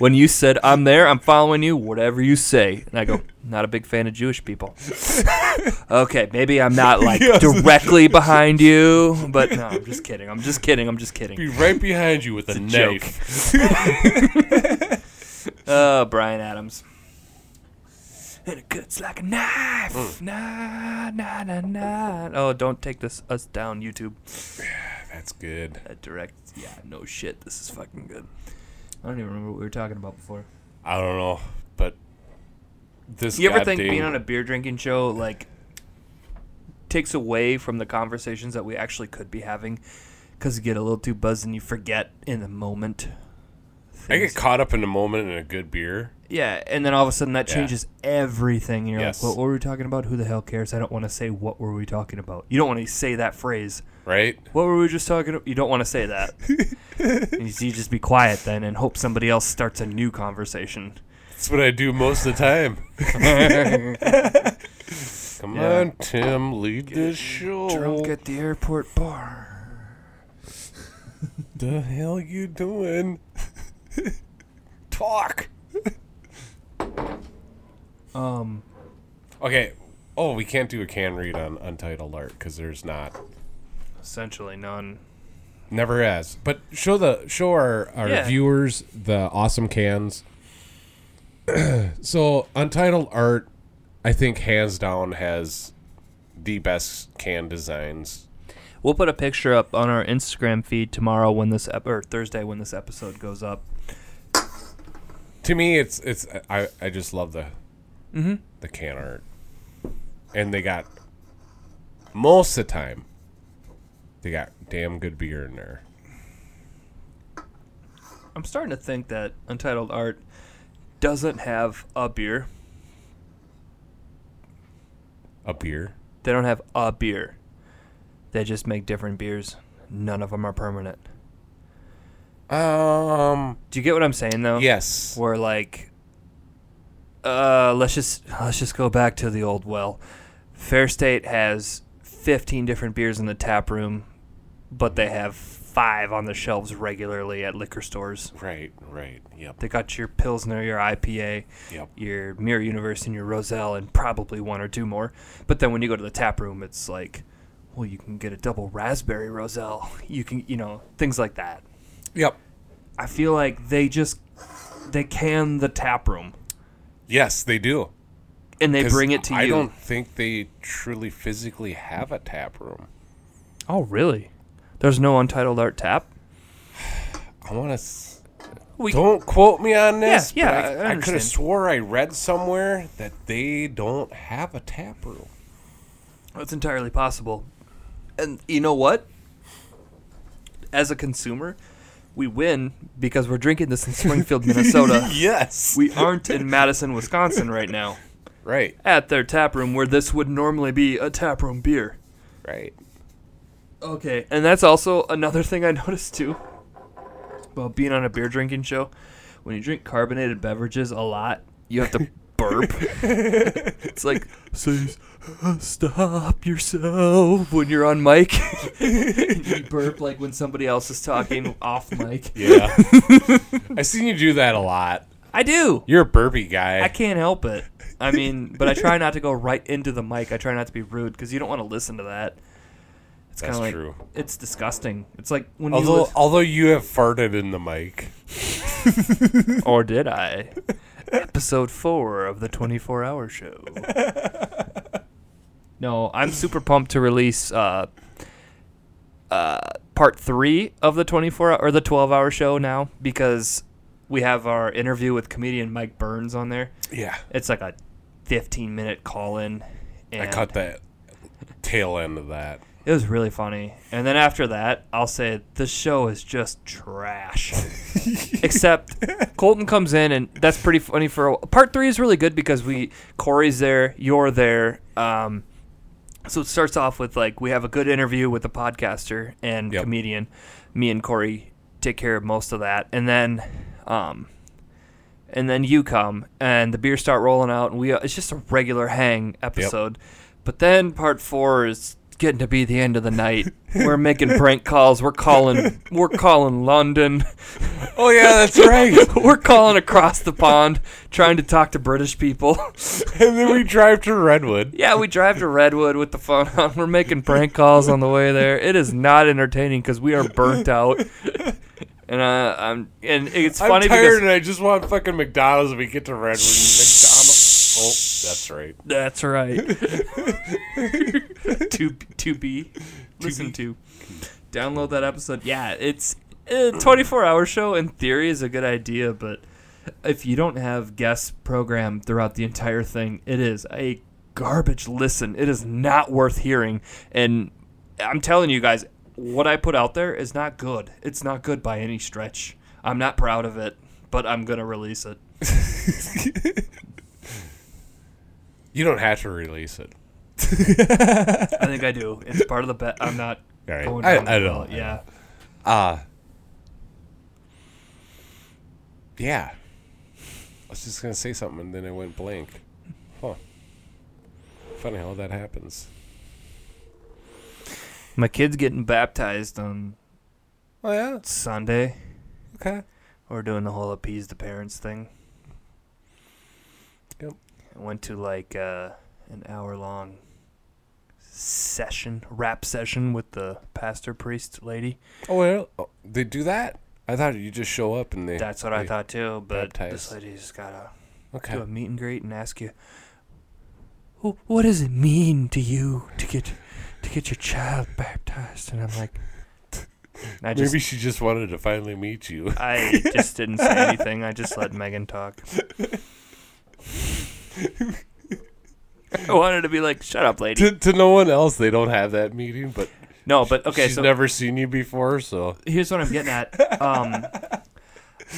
S4: When you said, I'm there, I'm following you, whatever you say. And I go, not a big fan of Jewish people. okay, maybe I'm not like directly behind you, but no, I'm just kidding. I'm just kidding. I'm just
S5: Be
S4: kidding.
S5: right behind you with a,
S4: joke.
S5: knife.
S4: Oh, Brian Adams. And it cuts like a knife. Nah, nah, nah, nah. Oh, don't take this us down, YouTube.
S5: That's good.
S4: That direct. Yeah, no shit. This is fucking good. I don't even remember what we were talking about before.
S5: I don't know, but this.
S4: You ever think
S5: goddamn-
S4: being on a beer drinking show like takes away from the conversations that we actually could be having because you get a little too buzzed and you forget in the moment.
S5: I get
S4: things.
S5: caught up in the moment in a good beer.
S4: yeah, and then all of a sudden that
S5: Yeah.
S4: changes everything. And you're
S5: Yes.
S4: like, well, what were we talking about? Who the hell cares? I don't want to say what were we talking about. You don't want to say that phrase.
S5: Right?
S4: What were we just talking about? You don't want to say that. and you, you just be quiet then and hope somebody else starts a new conversation.
S5: That's what I do most of the time. Come on, Tim, lead this show.
S4: at the airport bar.
S5: the hell you doing? Talk.
S4: Um.
S5: Okay. Oh, we can't do a can read on Untitled Art because there's not.
S4: Essentially none.
S5: Never has. But show the show our our
S4: Yeah.
S8: viewers the awesome cans.
S5: So Untitled Art, I think hands down has the best can designs.
S4: We'll put a picture up on our Instagram feed tomorrow when this ep- or Thursday when this episode goes up.
S5: To me, it's it's I I just love the the can art, and they got most of the time they got damn good beer in there.
S4: I'm starting to think that Untitled Art doesn't have a beer.
S5: A beer.
S4: They don't have a beer. They just make different beers. None of them are permanent.
S5: Um.
S4: Do you get what I'm saying though?
S5: Yes.
S4: Where like uh let's just let's just go back to the old well. Fair State has 15 different beers in the tap room, but they have 5 on the shelves regularly at liquor stores.
S5: Right. Right. Yep.
S4: They got your Pilsner, your IPA,
S5: Yep.
S4: your Mirror Universe, and your Roselle, and probably one or two more. But then when you go to the tap room, it's like, well, you can get a double raspberry Roselle. You can, you know, things like that.
S5: Yep.
S4: I feel like they just they can the tap room
S5: Yes, they do.
S4: and they
S5: 'Cause
S4: bring it to
S5: I
S4: you.
S5: don't think they truly physically have a tap room.
S4: Oh, really? There's no Untitled Art tap.
S5: I want to.
S4: We
S5: Don't quote me on this.
S4: Yeah,
S5: but
S4: yeah, I
S5: I, I, could
S4: understand.
S5: have swore I read somewhere that they don't have a tap room.
S4: That's entirely possible. And you know what? As a consumer, we win because we're drinking this in Springfield, Minnesota.
S5: Yes,
S4: We aren't in Madison, Wisconsin right now.
S5: right,
S4: At their tap room where this would normally be a tap room beer.
S5: right.
S4: Okay, and that's also another thing I noticed too about being on a beer drinking show. When you drink carbonated beverages a lot, you have to burp. it's like, please stop yourself when you're on mic. you burp like when somebody else is talking off mic.
S5: Yeah, I've seen you do that a lot.
S4: I do.
S5: You're a burpy guy.
S4: I can't help it. I mean, but I try not to go right into the mic. I try not to be rude because you don't want to listen to that. It's kind
S5: That's
S4: of like
S5: true.
S4: it's disgusting. It's like when you
S5: although,
S4: lis-
S5: although you have farted in the mic.
S4: Or did I? Episode four of the 24 hour show. No, I'm super pumped to release uh, uh, part three of the 24 or the 12 hour show now because we have our interview with comedian Mike Burns on there.
S5: Yeah,
S4: It's like a 15 minute call in.
S5: I cut that tail end of that.
S4: It was really funny. And then after that, I'll say the show is just trash. Except Colton comes in, and that's pretty funny. For a, part three is really good because we Corey's there, you're there. Um, so it starts off with like we have a good interview with the podcaster and
S5: Yep.
S4: comedian. Me and Corey take care of most of that, and then, um, and then you come, and the beers start rolling out, and we uh, it's just a regular hang episode. But then part four is getting to be the end of the night. we're making prank calls. We're calling. We're calling London.
S5: Oh yeah, that's right.
S4: We're calling across the pond, trying to talk to British people.
S5: and then we drive to Redwood.
S4: yeah, we drive to Redwood with the phone on. We're making prank calls on the way there. It is not entertaining because we are burnt out. And uh, I'm and it's
S5: I'm
S4: funny
S5: tired
S4: because
S5: and I just want fucking McDonald's. When we get to Redwood, McDonald's. Oh, that's right.
S4: that's right. to to be listen to download that episode. Yeah, it's a 24 hour show in theory is a good idea, but if you don't have guests programmed throughout the entire thing, it is a garbage listen. It is not worth hearing. And I'm telling you guys, what I put out there is not good. It's not good by any stretch. I'm not proud of it, but I'm going to release it.
S5: You don't have to release it.
S4: I think I do. It's part of the bet. I'm not.
S5: All right.
S4: Going
S5: I-
S4: down
S5: I
S4: the
S5: know,
S4: road.
S5: I know.
S4: Yeah.
S5: Yeah. I was just gonna say something and then I went blank. Huh. Funny how that happens.
S4: My kid's getting baptized on
S5: Oh yeah.
S4: Sunday.
S5: Okay.
S4: We're doing the whole appease the parents thing.
S5: Yep.
S4: I went to like uh, an hour long session, rap session with the pastor priest lady.
S5: Oh well. oh, they do that. I thought you just show up and they.
S4: That's what I
S5: they-
S4: thought too, but this
S5: baptized.
S4: lady just gotta
S5: Okay.
S4: do a meet and greet and ask you, "Wh- "What does it mean to you to get to get your child baptized?" And I'm like, and I just
S5: Maybe she just wanted to finally meet you.
S4: I just didn't say anything. I just let Megan talk. I wanted to be like, "Shut up, lady."
S5: to, to no one else, they don't have that meeting, but
S4: No, but okay.
S5: she's
S4: so
S5: never seen you before, so
S4: here's what I'm getting at. Um,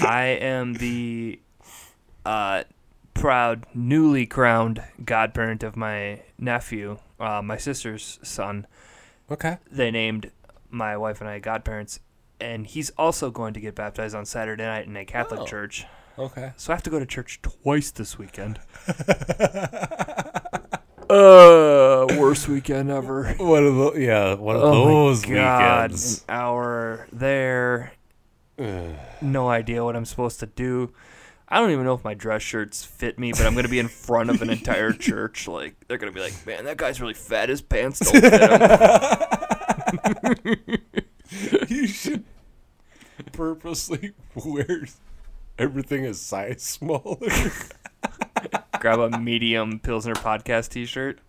S4: I am the uh, proud, newly crowned godparent of my
S11: nephew, uh, my sister's son.
S5: Okay.
S11: They named my wife and I godparents, and he's also going to get baptized on Saturday night in a Catholic
S5: Oh.
S11: church.
S5: Okay.
S11: So I have to go to church twice this weekend. uh, worst weekend ever.
S5: One of those, yeah, one
S11: Oh
S5: of those weekends.
S11: An hour there. no idea what I'm supposed to do. I don't even know if my dress shirts fit me, but I'm gonna be in front of an entire church. Like they're gonna be like, "Man, that guy's really fat. His pants don't fit him."
S5: you should purposely wear everything a size smaller.
S11: Grab a medium Pilsner podcast T-shirt.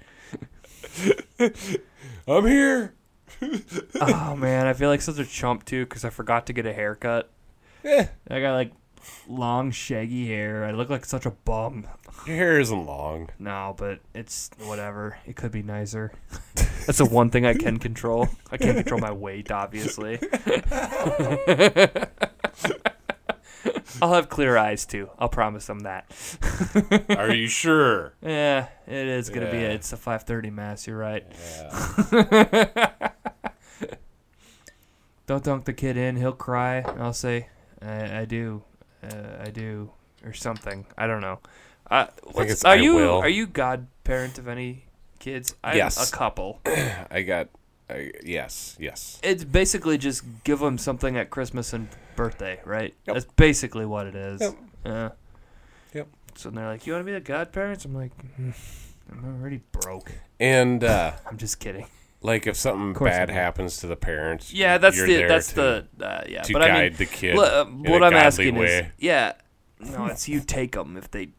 S5: I'm here.
S11: oh man, I feel like such a chump too because I forgot to get a haircut.
S5: Yeah.
S11: I got like long shaggy hair. I look like such a bum.
S5: Your hair isn't long.
S11: No, but it's whatever. It could be nicer. That's the one thing I can control. I can't control my weight, obviously. I'll have clear eyes too. I'll promise them that.
S5: Are you sure?
S11: Yeah, it is gonna be.
S5: Yeah.
S11: It's a five thirty mass. You're right. Don't dunk the kid in. He'll cry. I'll say, I, I do, uh, I do, or something. I don't know. Uh, what's,
S5: it's
S11: are
S5: I
S11: you
S5: will.
S11: are you godparent of any kids? I'm
S5: Yes.
S11: a couple.
S5: I got. I, yes, yes.
S11: It's basically just give them something at Christmas and birthday, right? That's basically what it is.
S5: Yep.
S11: Yeah.
S5: Yep.
S11: So they're like, "You want to be the godparents?" I'm like, "Mm, "I'm already broke."
S5: And uh,
S11: I'm just kidding.
S5: Like if something
S11: course
S5: bad
S11: I
S5: happens to the parents,
S11: Yeah, that's
S5: you're
S11: the
S5: there
S11: that's
S5: to-
S11: the uh, yeah.
S5: to
S11: but I
S5: guide
S11: mean,
S5: the kid.
S11: look, uh,
S5: in a
S11: what I'm
S5: godly
S11: asking is,
S5: way.
S11: yeah, no, it's you take them if they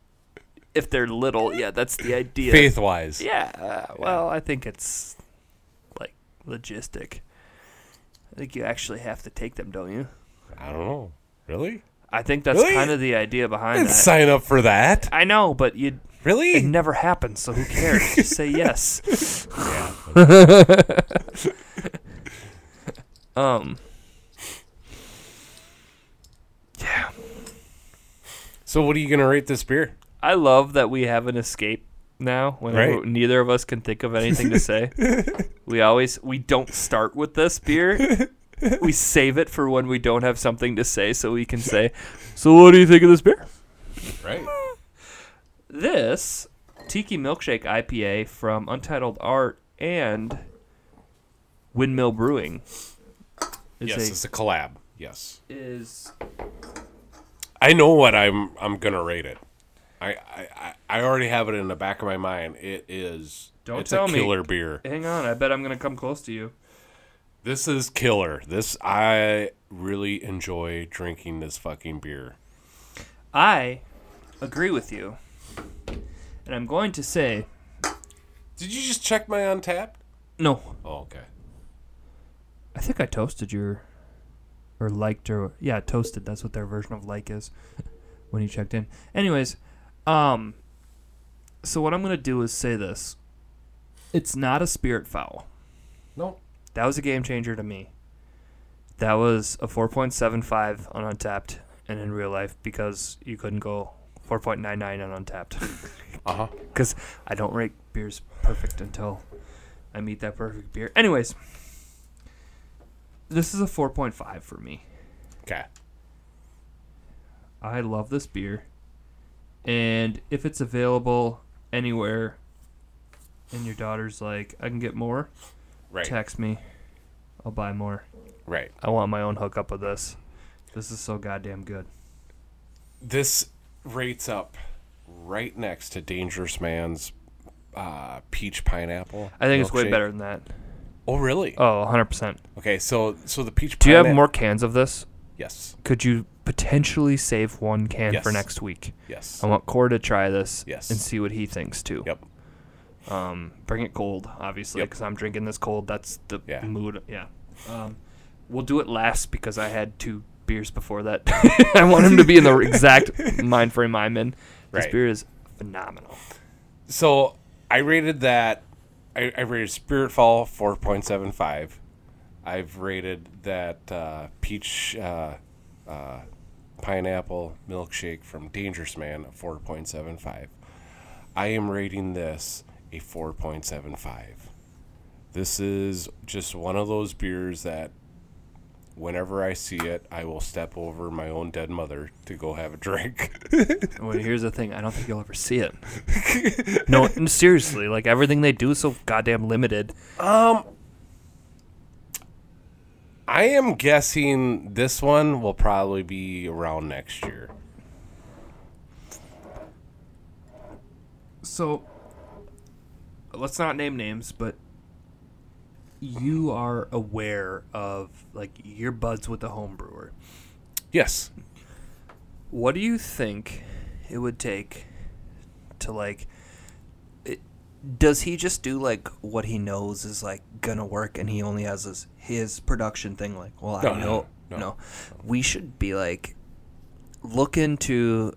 S11: if they're little. Yeah, that's the idea.
S5: faith wise.
S11: Yeah. Uh, well, I think it's like logistic. I think you actually have to take them, don't you?
S5: I don't know. Really?
S11: I think that's
S5: Really?
S11: kind of the idea behind
S5: Didn't
S11: that.
S5: sign up for that.
S11: I know, but you
S5: really
S11: it never happens, so who cares? Just say yes. um.
S5: So what are you gonna rate this beer?
S11: I love that we have an escape now when
S5: Right.
S11: we- neither of us can think of anything to say. we always we don't start with this beer. We save it for when we don't have something to say so we can say, "So what do you think of this beer?"
S5: Right.
S11: This Tiki Milkshake IPA from Untitled Art and Windmill Brewing. is
S5: yes,
S11: a-
S5: it's a collab. Yes.
S11: is
S5: I know what I'm. I'm gonna rate it. I I, I I already have it in the back of my mind. It is.
S11: Don't
S5: it's
S11: tell
S5: a
S11: me.
S5: killer beer.
S11: Hang on, I bet I'm gonna come close to you.
S5: This is killer. This I really enjoy drinking this fucking beer.
S11: I agree with you, and I'm going to say
S5: Did you just check my untapped?
S11: no.
S5: Oh, okay.
S11: I think I toasted your, or liked or yeah, toasted. That's what their version of like is, when you checked in. Anyways, um, so what I'm gonna do is say this. It's not a spirit foul.
S5: No.
S11: That was a game changer to me. That was a 4.75 on Untapped, and in real life because you couldn't go 4.99 on Untapped.
S5: Uh huh.
S11: Because I don't rate beers perfect until I meet that perfect beer. Anyways, this is a 4.5 for me.
S5: Okay.
S11: I love this beer. And if it's available anywhere and your daughter's like, I can get more,
S5: Right.
S11: text me. I'll buy more.
S5: Right.
S11: I want my own hookup of this. This is so goddamn good.
S5: This rates up right next to Dangerous Man's uh, peach pineapple.
S11: I think it's way
S5: milkshake.
S11: better than that.
S5: Oh, really?
S11: Oh, 100%.
S5: Okay, so so the peach.
S11: Do you have
S5: pinea-
S11: more cans of this?
S5: Yes.
S11: Could you potentially save one can for
S5: Yes.
S11: next week?
S5: Yes.
S11: I want Core to try this
S5: Yes.
S11: and see what he thinks too.
S5: Yep.
S11: Um, bring it cold, obviously,
S5: Yep.
S11: because I'm drinking this cold. That's the
S5: Yeah.
S11: mood. Yeah. Um, we'll do it last because I had two beers before that. I want him to be in the exact mind frame I'm in. This
S5: Right.
S11: beer is phenomenal.
S5: So I rated that. I, I rated Spiritfall four point seven five. I've rated that uh, peach uh, uh, pineapple milkshake from Dangerous Man four point seven five. I am rating this a 4.75. This is just one of those beers that whenever I see it, I will step over my own dead mother to go have a drink.
S11: Well, here's the thing. I don't think you'll ever see it. no, n- seriously. Like everything they do is so goddamn limited.
S5: Um, I am guessing this one will probably be around next year.
S11: So, let's not name names, but you are aware of like your buds with the home brewer.
S5: Yes.
S11: What do you think it would take to like?
S4: Does he just do like what he knows is like gonna work, and he only has his his production thing? Like, well, I
S5: No,
S4: know,
S5: no, no.
S4: no. We should be like, look into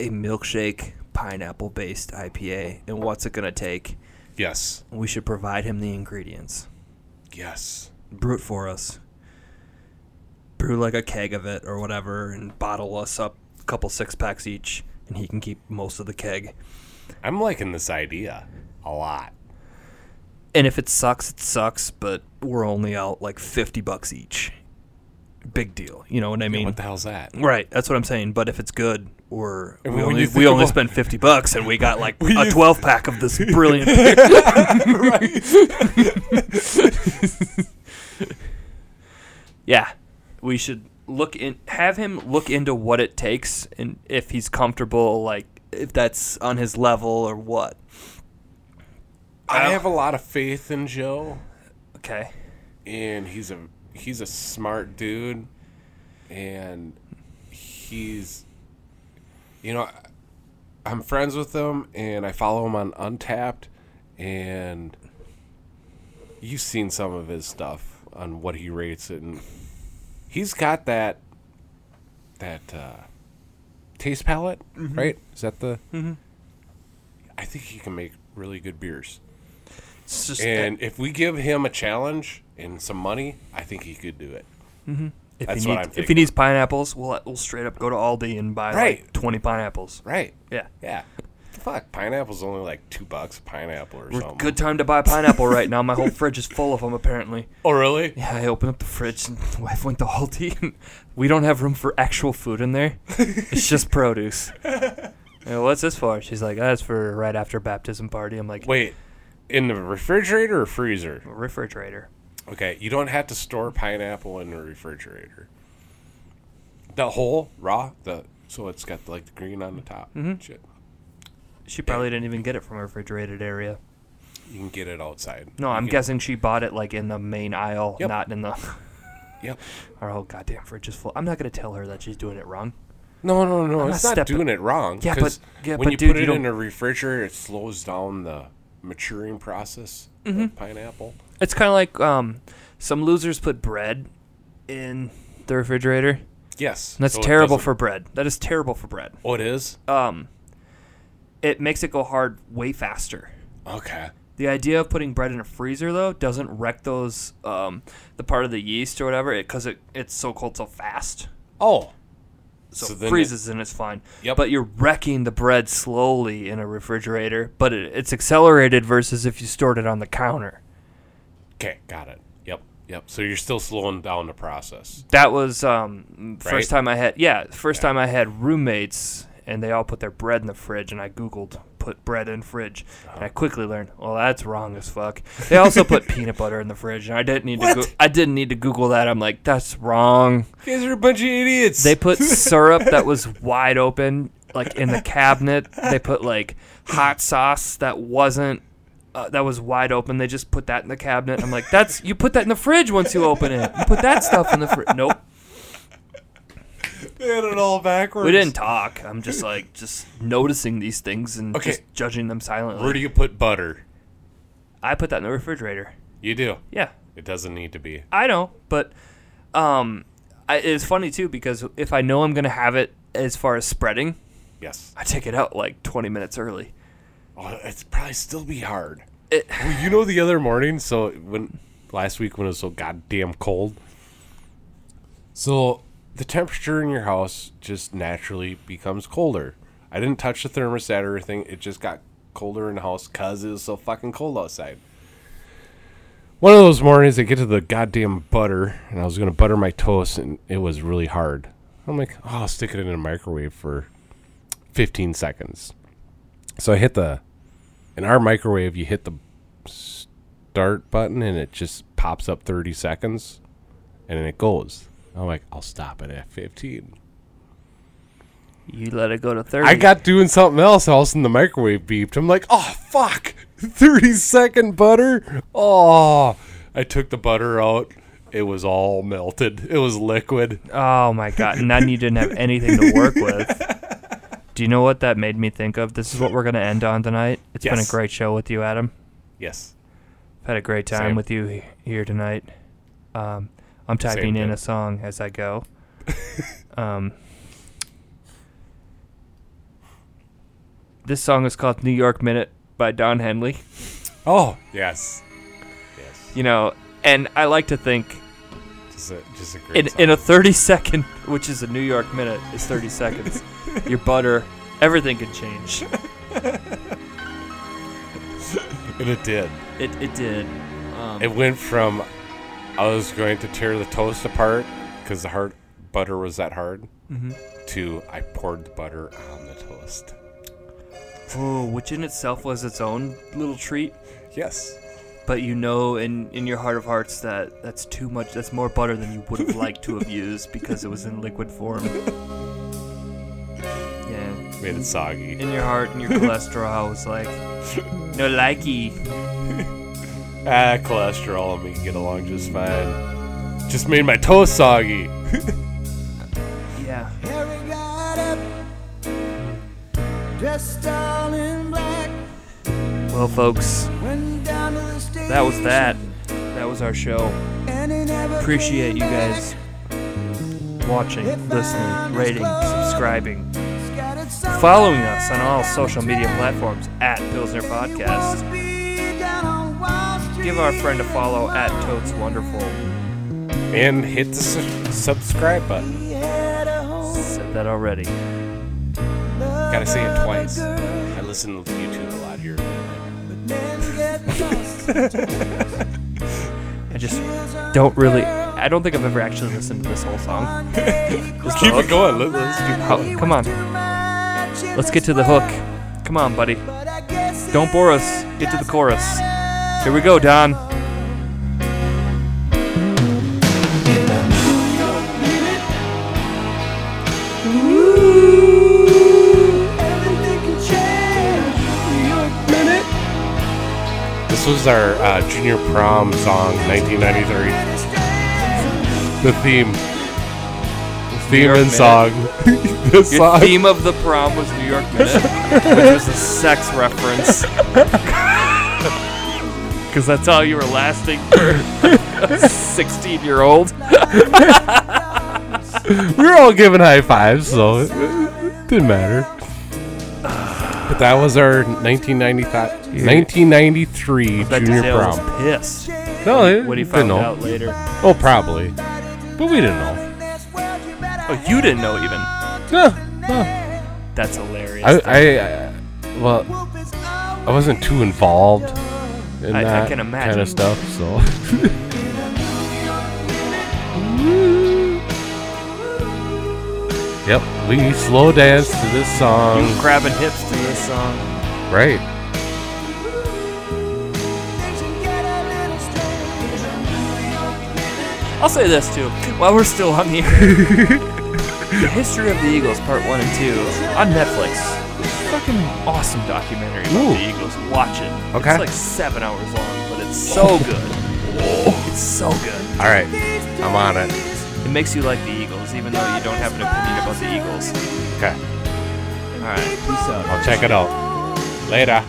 S4: a milkshake pineapple based IPA, and what's it gonna take?
S5: Yes.
S4: We should provide him the ingredients.
S5: Yes.
S4: brew it for us. Brew like a keg of it or whatever, and bottle us up a couple six packs each, and he can keep most of the keg.
S5: I'm liking this idea a lot.
S4: And if it sucks, it sucks, but we're only out like 50 bucks each. Big deal. You know what I mean?
S5: What the hell's that?
S4: Right, that's what I'm saying. But if it's good, we're, we
S5: When you
S4: only,
S5: think
S4: we only
S5: about-
S4: spend 50 bucks and we got like
S5: When
S4: a
S5: you-
S4: 12 pack of this brilliant
S11: Right. Yeah, we should look in. Have him look into what it takes, and if he's comfortable, like
S4: if that's on his level or what.
S5: I have a lot of faith in Joe,
S11: okay.
S5: and he's a he's a smart dude, and he's you know I- I'm friends with him, and I follow him on Untapped, and you've seen some of his stuff on what he rates it, and he's got that that uh, taste palette, right? Is that the? I think he can make really good beers.
S11: It's just eh,
S5: And if we give him a challenge and some money, I think he could do it.
S11: if
S5: that's
S11: he
S5: what I'm
S11: needs, if he
S5: thinking.
S11: needs pineapples, we'll we'll straight up go to Aldi and buy like
S5: Right.
S11: twenty pineapples.
S5: Right.
S11: Yeah,
S5: Yeah. Fuck. Pineapple's only like two bucks a pineapple or something.
S11: good time to buy pineapple right now. My whole fridge is full of them apparently.
S5: Oh, really?
S11: Yeah, I opened up the fridge and the wife went to Aldi. And we don't have room for actual food in there. It's just produce. And what's this for? She's like, that's for right after baptism party. I'm like,
S5: Wait, in the refrigerator or freezer?
S11: refrigerator.
S5: Okay, you don't have to store pineapple in the refrigerator. The whole raw, the so it's got like the green on the top.
S11: Mm-hmm.
S5: Shit,
S11: She probably didn't even get it from a refrigerated area.
S5: you can get it outside.
S11: No,
S5: You
S11: I'm
S5: can-
S11: guessing she bought it like in the main aisle,
S5: Yep.
S11: not in the.
S5: Yep.
S11: Our whole goddamn fridge is full. I'm not gonna tell her that she's doing it wrong.
S5: No, no, no.
S11: I'm
S5: it's
S11: not
S5: not
S11: stepping-
S5: doing it wrong.
S11: Yeah,
S5: 'cause
S11: but- yeah,
S5: when
S11: but
S5: you
S11: dude,
S5: put
S11: you
S5: it in a
S11: don't-
S5: refrigerator, it slows down the maturing process
S11: Mm-hmm.
S5: of pineapple.
S11: It's kind of like um, some losers put bread in the refrigerator.
S5: Yes,
S11: And that's
S5: so it
S11: terrible
S5: doesn't-
S11: for bread. That is terrible for bread.
S5: Oh, it is.
S11: um, it makes it go hard way faster.
S5: Okay.
S11: The idea of putting bread in a freezer though doesn't wreck those um, the part of the yeast or whatever because it, it's so cold so fast,
S5: Oh.
S11: so,
S5: So
S11: it
S5: then
S11: freezes and it's fine.
S5: Yep.
S11: But you're wrecking the bread slowly in a refrigerator, but it, it's accelerated versus if you stored it on the counter.
S5: Okay, got it. Yep, yep. So you're still slowing down the process.
S11: That was um, first
S5: Right?
S11: time I had yeah first time I had roommates and they all put their bread in the fridge and I googled put bread in fridge
S5: Uh-huh.
S11: and I quickly learned well that's wrong as fuck. They also put peanut butter in the fridge and I didn't need to
S5: What?
S11: go- I didn't need to Google that. I'm like that's wrong.
S5: You guys are a bunch of idiots.
S11: They put syrup that was wide open like in the cabinet. They put like hot sauce that wasn't. Uh, that was wide open. They just put that in the cabinet. I'm like, that's you put that in the fridge once you open it. You put that stuff in the fridge. Nope.
S5: They had it all backwards.
S11: We didn't talk. I'm just like just noticing these things and
S5: Okay.
S11: just judging them silently.
S5: Where do you put butter?
S11: I put that in the refrigerator.
S5: You do.
S11: Yeah,
S5: It doesn't need to be.
S11: I know, but um, I, it's funny too because if I know I'm gonna have it as far as spreading,
S5: Yes.
S11: I take it out like 20 minutes early.
S5: Oh, it's probably still be hard.
S11: It-
S5: Well, you know, the other morning, so when last week when it was so goddamn cold, so the temperature in your house just naturally becomes colder. I didn't touch the thermostat or anything; it just got
S7: colder in the house because it was so fucking cold outside.
S5: One of those mornings, I get to the goddamn butter, and I was gonna butter my toast, and it was really hard. I'm like, oh, I'll stick it in the microwave for 15 seconds. So I hit the, in our microwave, you hit the start button, and it just pops up 30 seconds, and then it goes. I'm like, I'll stop it at 15.
S11: You let it go to 30.
S5: I got doing something else, else in the microwave beeped. I'm like, oh fuck, thirty second butter. Oh, I took the butter out. It was all melted. It was liquid.
S11: Oh my god! And then you didn't have anything to work with. Do you know what that made me think of? This is what we're going to end on tonight. It's been a
S5: Yes.
S11: great show with you, Adam.
S5: Yes.
S11: I've had a great time
S5: Same.
S11: with you he- here tonight. Um, I'm
S5: Same
S11: typing in
S5: here.
S11: a song as I go. um, this song is called New York Minute by Don Henley.
S5: Oh yes,
S11: You know, and I like to think
S5: just a, just a great.
S11: in, in a 30 second, which is a New York minute, is 30 seconds. Your butter, everything could change.
S5: and it did.
S11: It, it did. Um,
S5: It went from I was going to tear the toast apart because the hard butter was that hard,
S11: Mhm.
S5: to I poured the butter on the toast.
S11: Oh, which in itself was its own little treat.
S5: Yes.
S11: But you know, in in your heart of hearts, that that's too much. That's more butter than you would have liked to have used because it was in liquid form. Yeah.
S5: Made it soggy.
S11: In your heart and your cholesterol was like, no likey.
S5: Ah, cholesterol and we can get along just fine. Just made my toast soggy.
S11: Yeah.
S12: Harry got up, dressed all in black,
S11: Well, folks,
S12: went down to the stage.
S11: that was that. That was our show.
S12: And he never
S11: Appreciate you guys watching, listening, rating, subscribing, following us on all social media platforms at Pilsner Podcast. Give our friend a follow at Totes Wonderful.
S5: And hit the su- subscribe button.
S11: Said that already.
S5: Gotta say it twice. I listen to YouTube a lot here.
S11: I just don't really. I don't think I've ever actually listened to this whole song. Just
S5: Keep
S11: the
S5: it
S11: hook.
S5: going. Let, let's do
S11: Oh, come on. Let's get to the hook. Come on, buddy. Don't bore us. Get to the chorus. Here we go, Don.
S5: This was our uh, junior prom song, 1993. The theme. Theme
S11: York
S5: and
S11: Minute.
S5: song. the
S11: Your
S5: song.
S11: theme of the prom was New York Minute, which was a sex reference. Because that's how you were lasting for a 16 year old.
S5: we were all giving high fives, so it, it didn't matter. But that was our 1995, 1993 junior
S11: was
S5: prom.
S11: pissed.
S5: No, it,
S11: What he
S5: didn't
S11: found
S5: know.
S11: out later.
S5: Oh, probably. But we didn't know.
S11: Oh, you didn't know even.
S5: Yeah,
S11: That's hilarious.
S5: I, I, I, well, I wasn't too involved in
S11: I- I
S5: that
S11: can
S5: kind
S11: imagine.
S5: of stuff. So Yep, we slow dance to this song.
S11: you grabbing hips to this song.
S5: Right.
S11: I'll say this too. While we're still on the air, the history of the Eagles, part one and two, on Netflix. Fucking awesome documentary about
S5: Ooh.
S11: the Eagles. Watch it.
S5: Okay. Oh.
S11: It's like seven hours long, but it's so good. it's so good.
S5: All right, I'm on it.
S11: It makes you like the Eagles, even though you don't have an opinion about the Eagles.
S5: Okay,
S11: All right. Peace out.
S5: I'll check it out later.